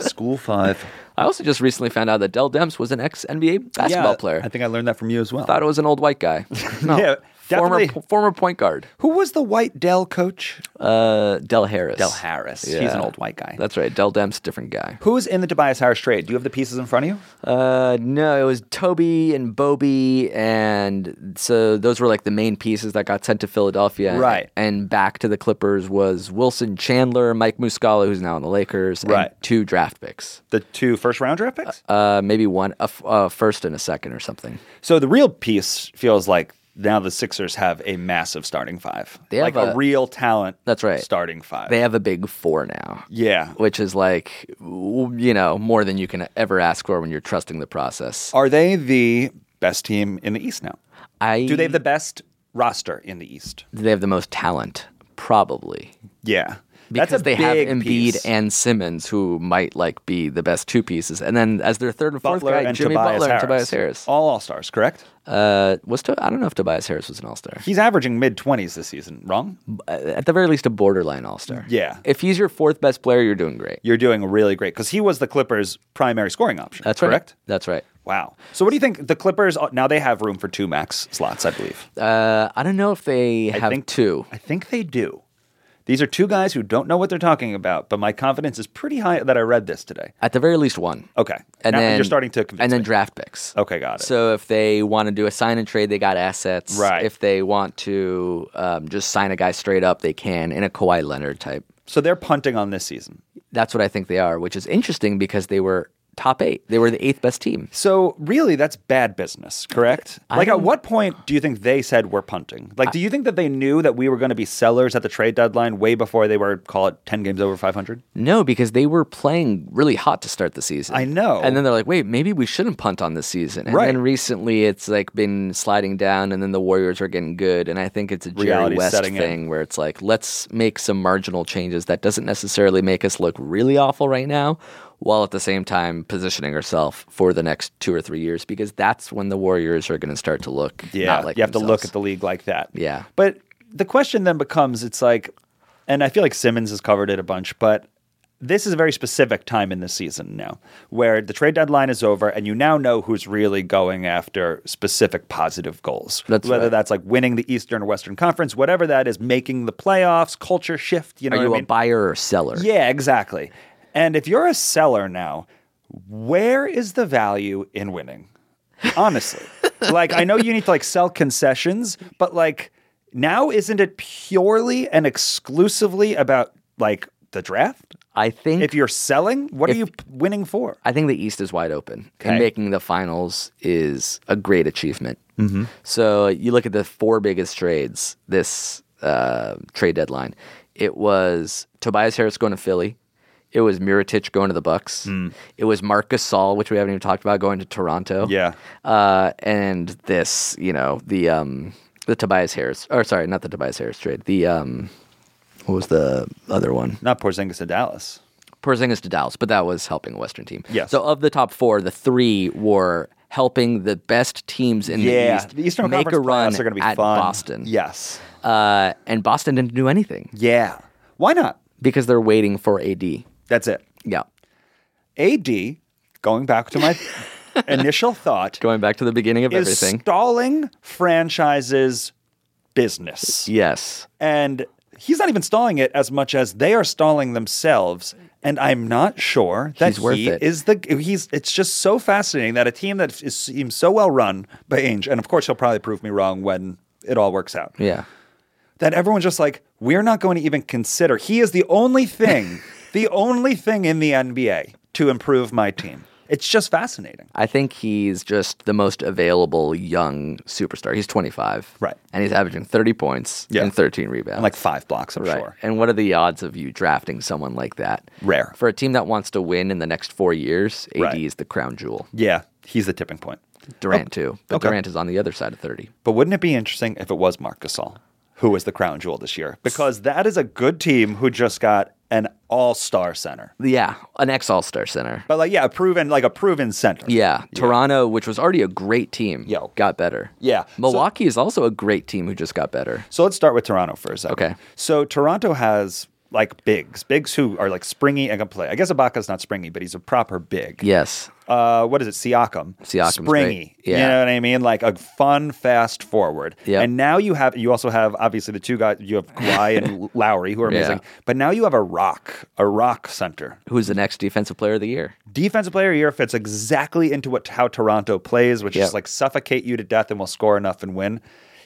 [SPEAKER 3] School five
[SPEAKER 2] I also just recently found out that Dell Demps was an ex NBA basketball
[SPEAKER 3] Yeah,
[SPEAKER 2] player.
[SPEAKER 3] I think I learned that from you as well.
[SPEAKER 2] thought it was an old white guy. No,
[SPEAKER 3] Yeah,
[SPEAKER 2] former
[SPEAKER 3] definitely.
[SPEAKER 2] former point guard,
[SPEAKER 3] Who was the white Dell coach?
[SPEAKER 2] uh, Dell Harris.
[SPEAKER 3] Del Harris. He's
[SPEAKER 2] Yeah.
[SPEAKER 3] an old white guy.
[SPEAKER 2] That's right. Dell Demps, different guy.
[SPEAKER 3] Who's in the Tobias Harris trade? Do you have the pieces in front of you?
[SPEAKER 2] Uh, no, it was Toby and Bobby, and so those were like the main pieces that got sent to Philadelphia.
[SPEAKER 3] Right.
[SPEAKER 2] and back to the Clippers was Wilson Chandler, Mike Muscala, who's now in the Lakers,
[SPEAKER 3] Right.
[SPEAKER 2] and two draft picks.
[SPEAKER 3] The two first round draft picks?
[SPEAKER 2] Uh, maybe one a f- a first and a second or something.
[SPEAKER 3] so the real piece feels like now the Sixers have a massive starting five.
[SPEAKER 2] They have
[SPEAKER 3] like a,
[SPEAKER 2] a-
[SPEAKER 3] real talent
[SPEAKER 2] That's right.
[SPEAKER 3] starting five.
[SPEAKER 2] They have a big four now.
[SPEAKER 3] yeah.
[SPEAKER 2] Which is like, w- you know, more than you can ever ask for when you're trusting the process.
[SPEAKER 3] Are they the best team in the East now?
[SPEAKER 2] I
[SPEAKER 3] Do they have the best roster in the East?
[SPEAKER 2] do they have the most talent? Probably.
[SPEAKER 3] Yeah.
[SPEAKER 2] because
[SPEAKER 3] That's a
[SPEAKER 2] they have
[SPEAKER 3] big
[SPEAKER 2] Embiid
[SPEAKER 3] piece.
[SPEAKER 2] and Simmons, who might like be the best two pieces, and then as their third and fourth
[SPEAKER 3] Butler
[SPEAKER 2] guy,
[SPEAKER 3] and
[SPEAKER 2] Jimmy
[SPEAKER 3] Tobias
[SPEAKER 2] Butler
[SPEAKER 3] Harris.
[SPEAKER 2] and Tobias Harris.
[SPEAKER 3] All all stars, correct?
[SPEAKER 2] Uh, was to- I don't know if Tobias Harris was an All Star.
[SPEAKER 3] He's averaging mid 20s this season, wrong?
[SPEAKER 2] At the very least, a borderline All Star.
[SPEAKER 3] Yeah.
[SPEAKER 2] If he's your fourth best player, you're doing great.
[SPEAKER 3] You're doing really great because he was the Clippers' primary scoring option,
[SPEAKER 2] That's
[SPEAKER 3] correct?
[SPEAKER 2] right. That's right.
[SPEAKER 3] Wow. So what do you think? The Clippers now they have room for two max slots, I believe.
[SPEAKER 2] Uh, I don't know if they
[SPEAKER 3] I
[SPEAKER 2] have two.
[SPEAKER 3] I think they do. These are two guys who don't know what they're talking about, but my confidence is pretty high that I read this today.
[SPEAKER 2] At the very least, one.
[SPEAKER 3] Okay.
[SPEAKER 2] And
[SPEAKER 3] Now
[SPEAKER 2] then
[SPEAKER 3] you're starting to convince
[SPEAKER 2] and then
[SPEAKER 3] me.
[SPEAKER 2] draft picks.
[SPEAKER 3] Okay, got it.
[SPEAKER 2] So if they want to do a sign and trade, they got assets.
[SPEAKER 3] Right.
[SPEAKER 2] If they want to um, just sign a guy straight up, they can in a Kawhi Leonard type.
[SPEAKER 3] so they're punting on this season.
[SPEAKER 2] That's what I think they are, which is interesting because they were top eight. They were the eighth best team.
[SPEAKER 3] So really, that's bad business, correct? like, at what point do you think they said we're punting? Like, do you think that they knew that we were going to be sellers at the trade deadline way before they were call it ten games over five hundred?
[SPEAKER 2] No, because they were playing really hot to start the season.
[SPEAKER 3] I know.
[SPEAKER 2] And then they're like, wait, maybe we shouldn't punt on this season. And
[SPEAKER 3] Right.
[SPEAKER 2] then recently it's like been sliding down and then the Warriors are getting good. And I think it's a Jerry
[SPEAKER 3] Reality's
[SPEAKER 2] West
[SPEAKER 3] setting in.
[SPEAKER 2] thing where it's like, let's make some marginal changes that doesn't necessarily make us look really awful right now, while at the same time positioning ourselves for the next two or three years, because that's when the Warriors are going to start to look
[SPEAKER 3] Yeah,
[SPEAKER 2] not like
[SPEAKER 3] you have to look
[SPEAKER 2] themselves.
[SPEAKER 3] at the league like that.
[SPEAKER 2] Yeah.
[SPEAKER 3] but the question then becomes: It's like, and I feel like Simmons has covered it a bunch, but this is a very specific time in the season now, where the trade deadline is over, and you now know who's really going after specific positive goals.
[SPEAKER 2] That's
[SPEAKER 3] whether
[SPEAKER 2] right.
[SPEAKER 3] that's like winning the Eastern or Western Conference, whatever that is, making the playoffs, culture shift. You know,
[SPEAKER 2] Are
[SPEAKER 3] what
[SPEAKER 2] you
[SPEAKER 3] I
[SPEAKER 2] a
[SPEAKER 3] mean?
[SPEAKER 2] buyer or seller?
[SPEAKER 3] Yeah, exactly. And if you're a seller now, where is the value in winning? Honestly. like I know you need to like sell concessions, but like now isn't it purely and exclusively about like the draft?
[SPEAKER 2] I think
[SPEAKER 3] If you're selling, what are you p- winning for?
[SPEAKER 2] I think the East is wide open,
[SPEAKER 3] Okay.
[SPEAKER 2] and making the finals is a great achievement. Mm-hmm. So you look at the four biggest trades this uh, trade deadline. It was Tobias Harris going to Philly. It was Miritich going to the Bucks.
[SPEAKER 3] Mm.
[SPEAKER 2] It was Marcus Gasol, which we haven't even talked about, going to Toronto.
[SPEAKER 3] Yeah.
[SPEAKER 2] Uh, and this, you know, the um, the Tobias Harris, or sorry, not the Tobias Harris trade. The um, what was the other one?
[SPEAKER 3] Not Porzingis to Dallas.
[SPEAKER 2] Porzingis to Dallas, but that was helping a Western team.
[SPEAKER 3] Yes.
[SPEAKER 2] So of the top four, the three were helping the best teams in
[SPEAKER 3] yeah,
[SPEAKER 2] the East
[SPEAKER 3] the Eastern
[SPEAKER 2] make
[SPEAKER 3] Conference
[SPEAKER 2] a run
[SPEAKER 3] playoffs are going to be
[SPEAKER 2] at
[SPEAKER 3] fun.
[SPEAKER 2] Boston.
[SPEAKER 3] Yes.
[SPEAKER 2] Uh, and Boston didn't do anything
[SPEAKER 3] Yeah. Why not?
[SPEAKER 2] because they're waiting for AD.
[SPEAKER 3] That's it.
[SPEAKER 2] Yeah.
[SPEAKER 3] AD, going back to my initial thought,
[SPEAKER 2] Going back to the beginning of
[SPEAKER 3] is
[SPEAKER 2] everything.
[SPEAKER 3] stalling franchises business.
[SPEAKER 2] Yes.
[SPEAKER 3] And he's not even stalling it as much as they are stalling themselves. And I'm not sure that
[SPEAKER 2] He's worth
[SPEAKER 3] he
[SPEAKER 2] it.
[SPEAKER 3] is the he's it's just so fascinating that a team that is, seems so well run by Ainge, and of course he'll probably prove me wrong when it all works out.
[SPEAKER 2] Yeah.
[SPEAKER 3] That everyone's just like, we're not going to even consider. He is the only thing, the only thing in the NBA to improve my team. It's just fascinating.
[SPEAKER 2] I think he's just the most available young superstar. He's 25.
[SPEAKER 3] Right.
[SPEAKER 2] And he's averaging 30 points
[SPEAKER 3] Yeah.
[SPEAKER 2] and 13 rebounds.
[SPEAKER 3] And like five blocks, I'm
[SPEAKER 2] right.
[SPEAKER 3] sure.
[SPEAKER 2] And what are the odds of you drafting someone like that?
[SPEAKER 3] Rare.
[SPEAKER 2] For a team that wants to win in the next four years, AD
[SPEAKER 3] Right.
[SPEAKER 2] is the crown jewel.
[SPEAKER 3] Yeah, he's the tipping point.
[SPEAKER 2] Durant, too. But
[SPEAKER 3] okay.
[SPEAKER 2] Durant is on the other side of 30.
[SPEAKER 3] But wouldn't it be interesting if it was Marc Gasol who was the crown jewel this year? Because that is a good team who just got an all-star center.
[SPEAKER 2] Yeah. An ex All Star center.
[SPEAKER 3] But like, yeah, a proven like a proven center.
[SPEAKER 2] Yeah. Toronto, which was already a great team,
[SPEAKER 3] Yo.
[SPEAKER 2] got better.
[SPEAKER 3] Yeah. So-
[SPEAKER 2] Milwaukee is also a great team who just got better.
[SPEAKER 3] So let's start with Toronto for a second.
[SPEAKER 2] Okay.
[SPEAKER 3] So Toronto has like bigs, bigs who are like springy and can play. I guess Ibaka's not springy, but he's a proper big.
[SPEAKER 2] Yes.
[SPEAKER 3] Uh, what is it? Siakam.
[SPEAKER 2] Siakam's great.
[SPEAKER 3] Springy.
[SPEAKER 2] Yeah.
[SPEAKER 3] You know what I mean? Like a fun, fast forward.
[SPEAKER 2] Yep.
[SPEAKER 3] And now you have, you also have obviously the two guys, you have Kawhi and Lowry who are
[SPEAKER 2] Yeah.
[SPEAKER 3] amazing. But now you have a rock, a rock center.
[SPEAKER 2] Who's the next defensive player of the year?
[SPEAKER 3] Defensive player of the year fits exactly into what how Toronto plays, which
[SPEAKER 2] Yep.
[SPEAKER 3] is like suffocate you to death and will score enough and win.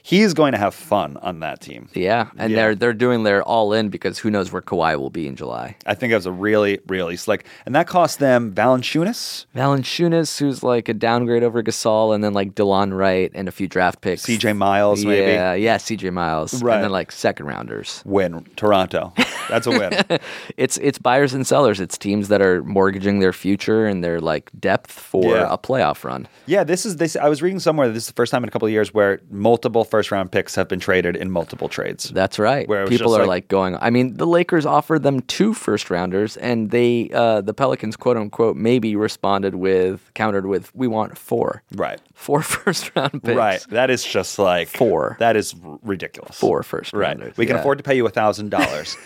[SPEAKER 3] He's going to have fun on that team.
[SPEAKER 2] Yeah, and
[SPEAKER 3] Yeah.
[SPEAKER 2] they're they're doing their all in because who knows where Kawhi will be in July.
[SPEAKER 3] I think that was a really, really slick. And that cost them Valanciunas,
[SPEAKER 2] Valanciunas, who's like a downgrade over Gasol, and then like DeLon Wright and a few draft picks.
[SPEAKER 3] CJ Miles,
[SPEAKER 2] yeah,
[SPEAKER 3] maybe.
[SPEAKER 2] yeah, CJ Miles,
[SPEAKER 3] Right.
[SPEAKER 2] and then like second rounders.
[SPEAKER 3] Win Toronto. That's a win.
[SPEAKER 2] It's it's buyers and sellers. It's teams that are mortgaging their future and their like depth for
[SPEAKER 3] Yeah.
[SPEAKER 2] a playoff run.
[SPEAKER 3] yeah, this is this. I was reading somewhere that this is the first time in a couple of years where multiple first round picks have been traded in multiple trades.
[SPEAKER 2] That's right.
[SPEAKER 3] Where it was
[SPEAKER 2] People
[SPEAKER 3] just
[SPEAKER 2] are
[SPEAKER 3] like-
[SPEAKER 2] like, going. I mean, the Lakers offered them two first rounders, and they uh, the Pelicans, quote unquote, maybe responded with countered with, "We want four,
[SPEAKER 3] right.
[SPEAKER 2] four first round picks,
[SPEAKER 3] Right. That is just like
[SPEAKER 2] Four.
[SPEAKER 3] That is r- ridiculous.
[SPEAKER 2] four first
[SPEAKER 3] Right.
[SPEAKER 2] rounders.
[SPEAKER 3] We can
[SPEAKER 2] yeah.
[SPEAKER 3] afford to pay you thousand dollars.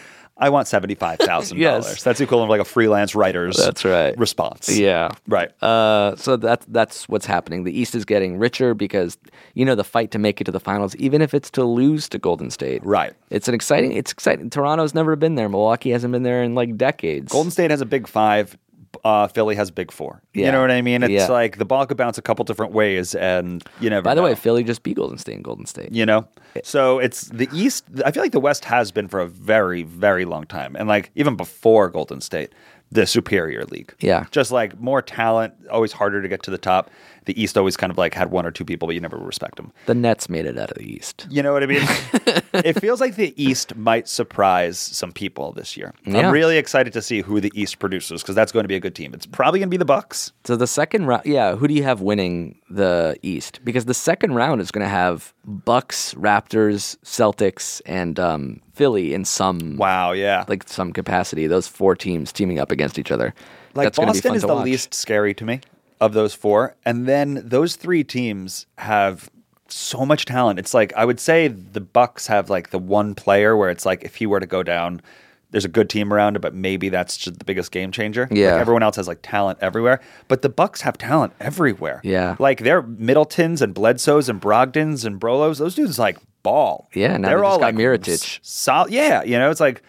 [SPEAKER 3] I want seventy five thousand dollars.
[SPEAKER 2] Yes.
[SPEAKER 3] That's equivalent to like a freelance writer's
[SPEAKER 2] That's right.
[SPEAKER 3] response.
[SPEAKER 2] Yeah.
[SPEAKER 3] Right.
[SPEAKER 2] Uh, so that that's what's happening. The East is getting richer because you know the fight to make it to the finals, even if it's to lose to Golden State.
[SPEAKER 3] Right.
[SPEAKER 2] It's an exciting. It's exciting. Toronto's never been there. Milwaukee hasn't been there in like decades.
[SPEAKER 3] Golden State has a big five. Uh, Philly has a big four. You
[SPEAKER 2] Yeah.
[SPEAKER 3] know what I mean? It's
[SPEAKER 2] Yeah.
[SPEAKER 3] like the ball could bounce a couple different ways, and you never.
[SPEAKER 2] By the
[SPEAKER 3] know,
[SPEAKER 2] way, Philly just beat Golden State. in Golden State.
[SPEAKER 3] you know.
[SPEAKER 2] Eh.
[SPEAKER 3] So it's the East. I feel like the West has been for a very, very long time, and like even before Golden State, the superior league.
[SPEAKER 2] Yeah.
[SPEAKER 3] just like more talent, always harder to get to the top. The East always kind of like had one or two people, but you never respect them.
[SPEAKER 2] The Nets made it out of the East.
[SPEAKER 3] You know what I mean? it feels like the East might surprise some people this year.
[SPEAKER 2] Yeah.
[SPEAKER 3] I'm really excited to see who the East produces because that's going to be a good team. It's probably going to be the Bucks.
[SPEAKER 2] So the second round, yeah, who do you have winning the East? Because the second round is going to have Bucks, Raptors, Celtics, and um, Philly in some
[SPEAKER 3] Wow, yeah.
[SPEAKER 2] like some capacity. Those four teams teaming up against each other.
[SPEAKER 3] Like
[SPEAKER 2] That's gonna be
[SPEAKER 3] Boston
[SPEAKER 2] fun
[SPEAKER 3] is
[SPEAKER 2] to
[SPEAKER 3] the
[SPEAKER 2] watch.
[SPEAKER 3] least scary to me of those four, and then those three teams have so much talent. It's like I would say the Bucks have like the one player where it's like if he were to go down, there's a good team around it, but maybe that's just the biggest game changer. Like,
[SPEAKER 2] Yeah.
[SPEAKER 3] everyone else has like talent everywhere, but the Bucks have talent everywhere.
[SPEAKER 2] Yeah.
[SPEAKER 3] like they're Middletons and Bledsoes and Brogdons and Brolos. Those dudes like ball.
[SPEAKER 2] Yeah, now they
[SPEAKER 3] they're
[SPEAKER 2] just
[SPEAKER 3] all
[SPEAKER 2] got
[SPEAKER 3] like
[SPEAKER 2] Mirotic.
[SPEAKER 3] Sol- yeah, you know, it's like.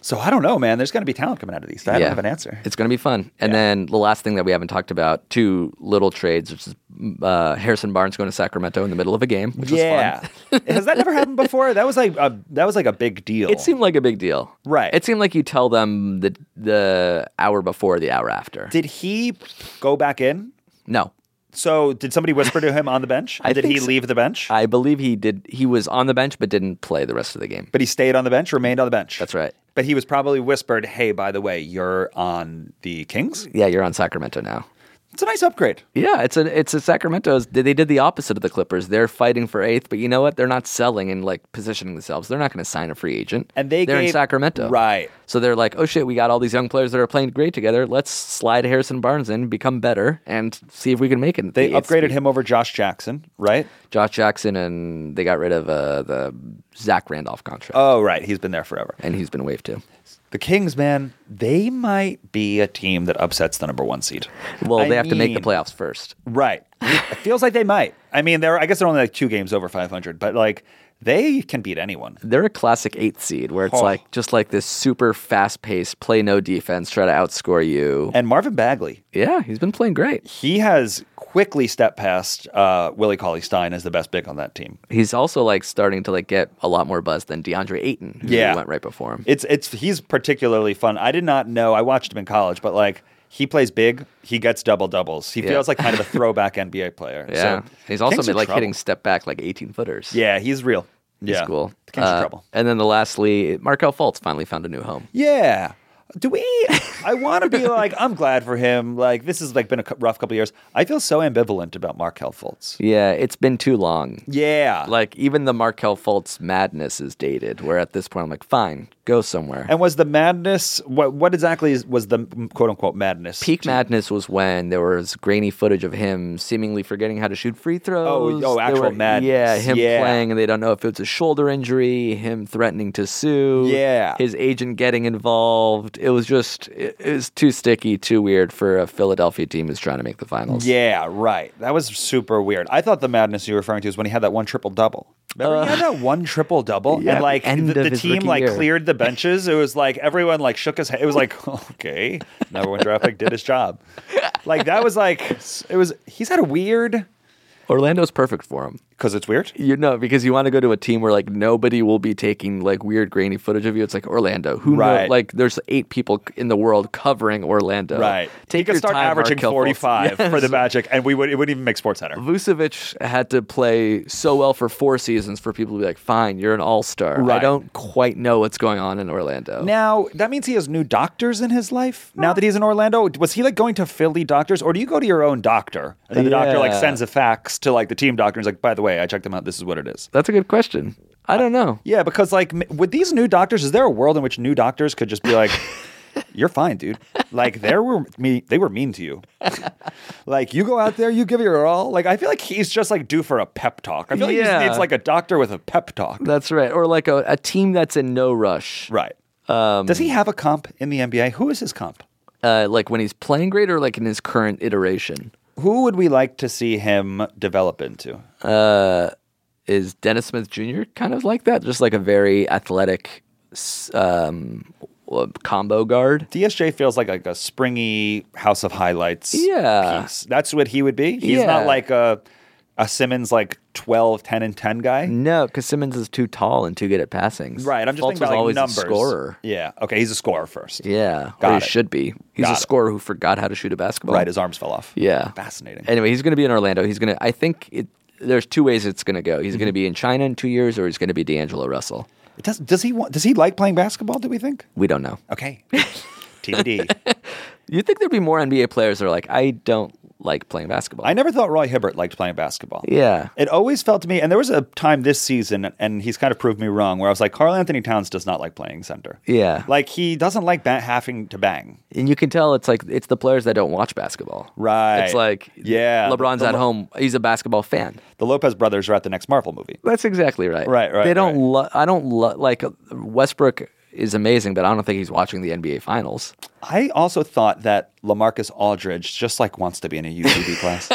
[SPEAKER 3] So I don't know, man. There's going to be talent coming out of these. I
[SPEAKER 2] Yeah.
[SPEAKER 3] don't have an answer.
[SPEAKER 2] It's going to be fun. And then the last thing that we haven't talked about, two little trades, which is uh, Harrison Barnes going to Sacramento in the middle of a game, which was
[SPEAKER 3] yeah.
[SPEAKER 2] fun.
[SPEAKER 3] Has that never happened before? That was like a that was like a big deal.
[SPEAKER 2] It seemed like a big deal.
[SPEAKER 3] Right.
[SPEAKER 2] It seemed like you tell them the the hour before, the hour after.
[SPEAKER 3] did he go back in?
[SPEAKER 2] no.
[SPEAKER 3] So did somebody whisper to him on the bench?
[SPEAKER 2] I
[SPEAKER 3] did
[SPEAKER 2] think
[SPEAKER 3] he
[SPEAKER 2] so.
[SPEAKER 3] leave the bench?
[SPEAKER 2] I believe he did. He was on the bench, but didn't play the rest of the game.
[SPEAKER 3] but he stayed on the bench, remained on the bench.
[SPEAKER 2] That's right.
[SPEAKER 3] But he was probably whispered, "Hey, by the way, you're on the Kings.
[SPEAKER 2] Yeah, you're on Sacramento now.
[SPEAKER 3] It's a nice upgrade."
[SPEAKER 2] Yeah, it's a it's a Sacramento's. They they did the opposite of the Clippers. They're fighting for eighth, but you know what? They're not selling and like positioning themselves. They're not going to sign a free agent.
[SPEAKER 3] And they
[SPEAKER 2] they're in
[SPEAKER 3] gave-
[SPEAKER 2] Sacramento,
[SPEAKER 3] right.
[SPEAKER 2] So they're like, oh shit, we got all these young players that are playing great together. Let's slide Harrison Barnes in, become better, and see if we can make it.
[SPEAKER 3] They
[SPEAKER 2] the eighth
[SPEAKER 3] upgraded
[SPEAKER 2] seed.
[SPEAKER 3] him over Josh Jackson, right?
[SPEAKER 2] Josh Jackson, and they got rid of uh, the Zach Randolph contract,
[SPEAKER 3] Oh, right. He's been there forever.
[SPEAKER 2] and he's been waived too.
[SPEAKER 3] The Kings, man, they might be a team that upsets the number one seed.
[SPEAKER 2] Well,
[SPEAKER 3] I
[SPEAKER 2] they have to make the
[SPEAKER 3] mean-
[SPEAKER 2] playoffs first.
[SPEAKER 3] Right. It feels like they might. I mean, they're I guess they're only like two games over 500, but like they can beat anyone.
[SPEAKER 2] They're a classic eighth seed where it's
[SPEAKER 3] Oh.
[SPEAKER 2] like just like this super fast paced, play no defense, try to outscore you.
[SPEAKER 3] And Marvin Bagley,
[SPEAKER 2] Yeah, he's been playing great.
[SPEAKER 3] he has quickly stepped past uh, Willie Cauley Stein as the best big on that team.
[SPEAKER 2] He's also like starting to like get a lot more buzz than DeAndre Ayton, who
[SPEAKER 3] Yeah.
[SPEAKER 2] went right before him.
[SPEAKER 3] It's it's he's particularly fun. I did not know. I watched him in college, but like He plays big. He gets double doubles. He
[SPEAKER 2] Yeah.
[SPEAKER 3] feels like kind of a throwback NBA player.
[SPEAKER 2] Yeah,
[SPEAKER 3] So,
[SPEAKER 2] he's also
[SPEAKER 3] Kings
[SPEAKER 2] been
[SPEAKER 3] are
[SPEAKER 2] like
[SPEAKER 3] trouble.
[SPEAKER 2] hitting step back like eighteen footers.
[SPEAKER 3] Yeah, he's real.
[SPEAKER 2] he's
[SPEAKER 3] yeah.
[SPEAKER 2] cool.
[SPEAKER 3] The Kings are
[SPEAKER 2] Uh,
[SPEAKER 3] trouble.
[SPEAKER 2] And then the lastly, Markel Fultz finally found a new home.
[SPEAKER 3] Yeah. Do we? I want to be like, I'm glad for him. Like, this has like been a cou- rough couple of years. I feel so ambivalent about Markel Fultz.
[SPEAKER 2] Yeah, it's been too long.
[SPEAKER 3] Yeah.
[SPEAKER 2] Like even the Markel Fultz madness is dated. Where at this point I'm like, fine, go somewhere.
[SPEAKER 3] and was the madness? What what exactly is, was the quote unquote madness?
[SPEAKER 2] Peak madness was when there was grainy footage of him seemingly forgetting how to shoot free throws.
[SPEAKER 3] oh,
[SPEAKER 2] There
[SPEAKER 3] actual
[SPEAKER 2] were-
[SPEAKER 3] madness.
[SPEAKER 2] Yeah, him
[SPEAKER 3] Yeah.
[SPEAKER 2] playing and they don't know if it's a shoulder injury, him threatening to sue.
[SPEAKER 3] Yeah.
[SPEAKER 2] His agent getting involved. It was just, it, it was too sticky, too weird for a Philadelphia team who's trying to make the finals.
[SPEAKER 3] Yeah, right. That was super weird. I thought the madness you were referring to is when he had that one triple double. Remember he had that one triple double,
[SPEAKER 2] Uh, yeah,
[SPEAKER 3] and like
[SPEAKER 2] the end
[SPEAKER 3] the,
[SPEAKER 2] of
[SPEAKER 3] the
[SPEAKER 2] his
[SPEAKER 3] team
[SPEAKER 2] rookie
[SPEAKER 3] like
[SPEAKER 2] year.
[SPEAKER 3] cleared the benches. It was like everyone like shook his head. It was like okay, number one draft pick did his job. Like that was like it was. He's had a weird
[SPEAKER 2] Orlando's perfect for him.
[SPEAKER 3] because it's weird.
[SPEAKER 2] You know, because you want to go to a team where like nobody will be taking like weird grainy footage of you. It's like Orlando. Who know-
[SPEAKER 3] Right.
[SPEAKER 2] like there's eight people in the world covering Orlando.
[SPEAKER 3] Right.
[SPEAKER 2] Take
[SPEAKER 3] he could
[SPEAKER 2] your
[SPEAKER 3] start
[SPEAKER 2] time,
[SPEAKER 3] averaging
[SPEAKER 2] Markel Fultz.
[SPEAKER 3] 45
[SPEAKER 2] Yes.
[SPEAKER 3] for the Magic, and we would it wouldn't even make Sports Center.
[SPEAKER 2] Vucevic had to play so well for four seasons for people to be like, fine, you're an all star. I
[SPEAKER 3] Right.
[SPEAKER 2] don't quite know what's going on in Orlando.
[SPEAKER 3] Now that means he has new doctors in his life. Now that he's in Orlando, was he like going to Philly doctors, or do you go to your own doctor and then the doctor like
[SPEAKER 2] Yeah.
[SPEAKER 3] sends a fax to like the team doctor and is like, by the way, I checked them out. This is what it is.
[SPEAKER 2] That's a good question. I don't know.
[SPEAKER 3] Yeah, because like m- with these new doctors, is there a world in which new doctors could just be like, "You're fine, dude. Like they were me, they were mean to you. like you go out there, you give it your all. Like I feel like he's just like due for a pep talk. I feel like he just
[SPEAKER 2] Yeah.
[SPEAKER 3] needs like a doctor with a pep talk.
[SPEAKER 2] That's right. Or like a, a team that's in no rush.
[SPEAKER 3] Right. Um, Does
[SPEAKER 2] Um,
[SPEAKER 3] he have a comp in the NBA? Who is his comp?
[SPEAKER 2] Uh, like when he's playing great or like in his current iteration
[SPEAKER 3] Who would we like to see him develop into?
[SPEAKER 2] is Dennis Smith Jr. kind of like that? Just like a very athletic s- um, w- combo guard.
[SPEAKER 3] DSJ feels like like a springy House of Highlights.
[SPEAKER 2] Yeah.
[SPEAKER 3] piece. that's what he would be. He's
[SPEAKER 2] Yeah.
[SPEAKER 3] not like a a Simmons like 12, 10, and ten guy.
[SPEAKER 2] No, because Simmons is too tall and too good at passing.
[SPEAKER 3] Right. I'm just
[SPEAKER 2] Fultz was
[SPEAKER 3] thinking about like,
[SPEAKER 2] always
[SPEAKER 3] numbers.
[SPEAKER 2] a scorer.
[SPEAKER 3] Yeah. Okay. He's a scorer first.
[SPEAKER 2] Yeah,
[SPEAKER 3] Got
[SPEAKER 2] or
[SPEAKER 3] it.
[SPEAKER 2] he should be. He's a
[SPEAKER 3] Got it.
[SPEAKER 2] scorer who forgot how to shoot a basketball.
[SPEAKER 3] Right. His arms fell off.
[SPEAKER 2] yeah.
[SPEAKER 3] Fascinating.
[SPEAKER 2] Anyway, he's going to be in Orlando. He's going to. I think it, there's two ways it's going to go. He's going to
[SPEAKER 3] Mm-hmm.
[SPEAKER 2] be in China in two years, or he's going to be D'Angelo Russell.
[SPEAKER 3] does does he want? Does he like playing basketball? Do we think?
[SPEAKER 2] We don't know.
[SPEAKER 3] Okay. TBD.
[SPEAKER 2] You would think there'd be more NBA players that are like, I don't like playing basketball.
[SPEAKER 3] I never thought Roy Hibbert liked playing basketball.
[SPEAKER 2] Yeah.
[SPEAKER 3] It always felt to me, and there was a time this season, and he's kind of proved me wrong, where I was like, Carl Anthony Towns does not like playing center.
[SPEAKER 2] Yeah.
[SPEAKER 3] Like, he doesn't like ba- having to bang.
[SPEAKER 2] And you can tell it's like it's the players that don't watch basketball.
[SPEAKER 3] Right.
[SPEAKER 2] It's like
[SPEAKER 3] Yeah.
[SPEAKER 2] LeBron's
[SPEAKER 3] The-
[SPEAKER 2] at home. He's a basketball fan.
[SPEAKER 3] The Lopez brothers are at the next Marvel movie.
[SPEAKER 2] That's exactly right.
[SPEAKER 3] Right, right,
[SPEAKER 2] They don't.
[SPEAKER 3] right.
[SPEAKER 2] Lo- I don't lo- like uh, Westbrook is amazing, but I don't think he's watching the NBA finals.
[SPEAKER 3] I also thought that Lamarcus Aldridge just like wants to be in a UCB class.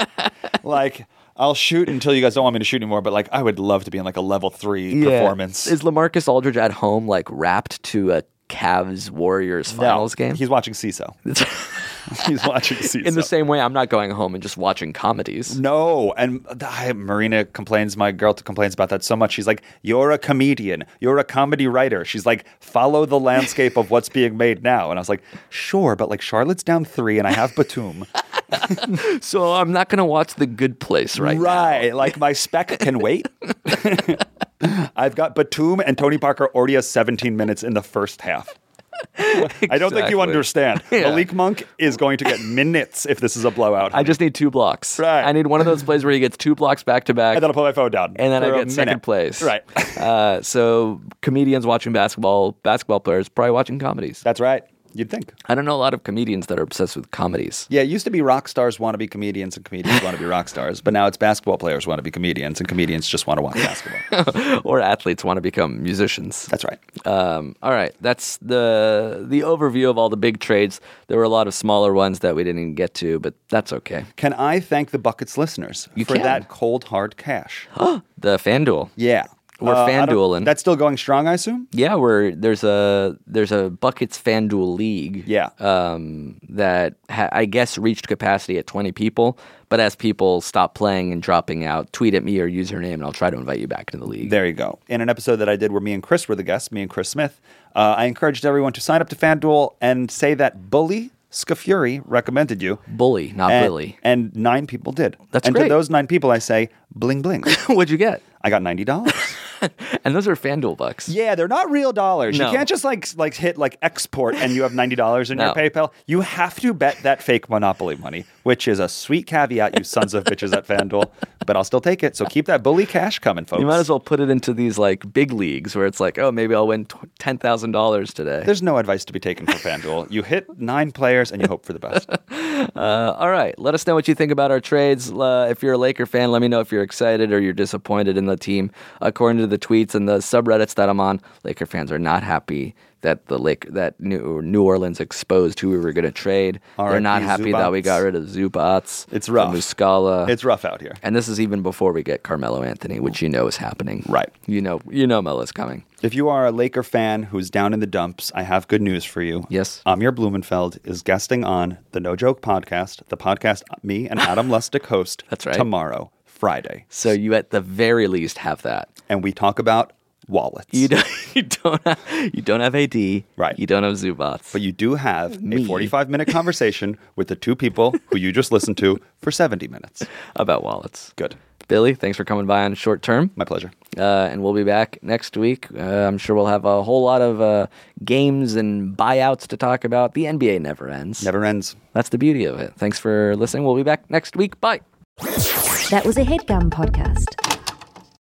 [SPEAKER 3] like, I'll shoot until you guys don't want me to shoot anymore, but like, I would love to be in like a level three performance.
[SPEAKER 2] Is Lamarcus Aldridge at home like wrapped to a Cavs Warriors
[SPEAKER 3] No,
[SPEAKER 2] finals game?
[SPEAKER 3] He's watching CISO. he's watching CISO.
[SPEAKER 2] In the same way, I'm not going home and just watching comedies.
[SPEAKER 3] No, and I, Marina complains. My girl complains about that so much. She's like, "You're a comedian. You're a comedy writer." She's like, "Follow the landscape of what's being made now." And I was like, "Sure, but like Charlotte's down three, and I have Batum,
[SPEAKER 2] So I'm not going to watch The Good Place right, now.
[SPEAKER 3] Like my spec can wait. I've got Batum and Tony Parker already has 17 minutes in the first half." I don't think you
[SPEAKER 2] Exactly.
[SPEAKER 3] understand.
[SPEAKER 2] Yeah.
[SPEAKER 3] Malik Monk is going to get minutes if this is a blowout.
[SPEAKER 2] I just need two blocks.
[SPEAKER 3] Right.
[SPEAKER 2] I need one of those plays where he gets two blocks back to back.
[SPEAKER 3] and then I'll put my phone down.
[SPEAKER 2] and then I
[SPEAKER 3] for a
[SPEAKER 2] get second
[SPEAKER 3] minute.
[SPEAKER 2] place.
[SPEAKER 3] Right.
[SPEAKER 2] uh, so comedians watching basketball, basketball players probably watching comedies.
[SPEAKER 3] That's right. You'd think.
[SPEAKER 2] I don't know a lot of comedians that are obsessed with comedies.
[SPEAKER 3] Yeah, it used to be rock stars want to be comedians and comedians want to be rock stars, but now it's basketball players want to be comedians and comedians just want to watch basketball.
[SPEAKER 2] or athletes want to become musicians.
[SPEAKER 3] That's right.
[SPEAKER 2] Um, all right, that's the the overview of all the big trades. There were a lot of smaller ones that we didn't even get to, but that's okay.
[SPEAKER 3] Can I thank the Buckets listeners
[SPEAKER 2] You
[SPEAKER 3] for
[SPEAKER 2] can.
[SPEAKER 3] that cold hard cash?
[SPEAKER 2] The FanDuel.
[SPEAKER 3] yeah. Uh,
[SPEAKER 2] We're
[SPEAKER 3] I don't-
[SPEAKER 2] FanDueling.
[SPEAKER 3] That's still going strong, I assume?
[SPEAKER 2] Yeah, we're there's a there's a buckets FanDuel league.
[SPEAKER 3] Yeah.
[SPEAKER 2] um, that ha- I guess reached capacity at 20 people. But as people stop playing and dropping out, tweet at me your username, and I'll try to invite you back to the league.
[SPEAKER 3] There you go. In an episode that I did where me and Chris were the guests, me and Chris Smith, uh, I encouraged everyone to sign up to FanDuel and say that bully Scafuri recommended you.
[SPEAKER 2] Bully, not
[SPEAKER 3] and,
[SPEAKER 2] Billy.
[SPEAKER 3] And nine people did.
[SPEAKER 2] That's
[SPEAKER 3] and
[SPEAKER 2] great.
[SPEAKER 3] to those nine people, I say, bling bling.
[SPEAKER 2] What'd you get?
[SPEAKER 3] I got ninety dollars.
[SPEAKER 2] And those are FanDuel bucks.
[SPEAKER 3] Yeah, they're not real dollars.
[SPEAKER 2] No.
[SPEAKER 3] You can't just like like hit like export and you have ninety dollars in
[SPEAKER 2] No.
[SPEAKER 3] your PayPal. You have to bet that fake Monopoly money, which is a sweet caveat, you sons of bitches at FanDuel. But I'll still take it. So keep that bully cash coming, folks.
[SPEAKER 2] You might as well put it into these like big leagues where it's like, oh, maybe I'll win tw- ten thousand dollars today.
[SPEAKER 3] There's no advice to be taken for FanDuel. You hit nine players and you hope for the best.
[SPEAKER 2] Uh, all right, let us know what you think about our trades. Uh, if you're a Laker fan, let me know if you're excited or you're disappointed in the team. According to the tweets and the subreddits that I'm on, Laker fans are not happy that the Lake that New New Orleans exposed who we were going to trade. They're
[SPEAKER 3] R.I.P.
[SPEAKER 2] not happy that we
[SPEAKER 3] Zubats.
[SPEAKER 2] got rid of Zubats.
[SPEAKER 3] It's rough.
[SPEAKER 2] and Muscala.
[SPEAKER 3] It's rough out here.
[SPEAKER 2] and this is even before we get Carmelo Anthony, which you know is happening.
[SPEAKER 3] Right.
[SPEAKER 2] You know, you know, Melo's coming.
[SPEAKER 3] If you are a Laker fan who's down in the dumps, I have good news for you.
[SPEAKER 2] Yes.
[SPEAKER 3] Amir Blumenfeld is guesting on the No Joke podcast, the podcast me and Adam Lustig host
[SPEAKER 2] That's right.
[SPEAKER 3] tomorrow, Friday.
[SPEAKER 2] So you at the very least have that.
[SPEAKER 3] and we talk about wallets.
[SPEAKER 2] You don't. You don't. Have, you don't have AD.
[SPEAKER 3] Right.
[SPEAKER 2] You don't have Zubats.
[SPEAKER 3] but you do have
[SPEAKER 2] Me.
[SPEAKER 3] a 45 minute conversation with the two people who you just listened to for 70 minutes.
[SPEAKER 2] about wallets.
[SPEAKER 3] Good.
[SPEAKER 2] Billy, thanks for coming by on short term.
[SPEAKER 3] My pleasure.
[SPEAKER 2] Uh, and we'll be back next week. Uh, I'm sure we'll have a whole lot of uh, games and buyouts to talk about. The NBA never ends.
[SPEAKER 3] Never ends.
[SPEAKER 2] That's the beauty of it. Thanks for listening. We'll be back next week. Bye.
[SPEAKER 1] That was a headgum podcast.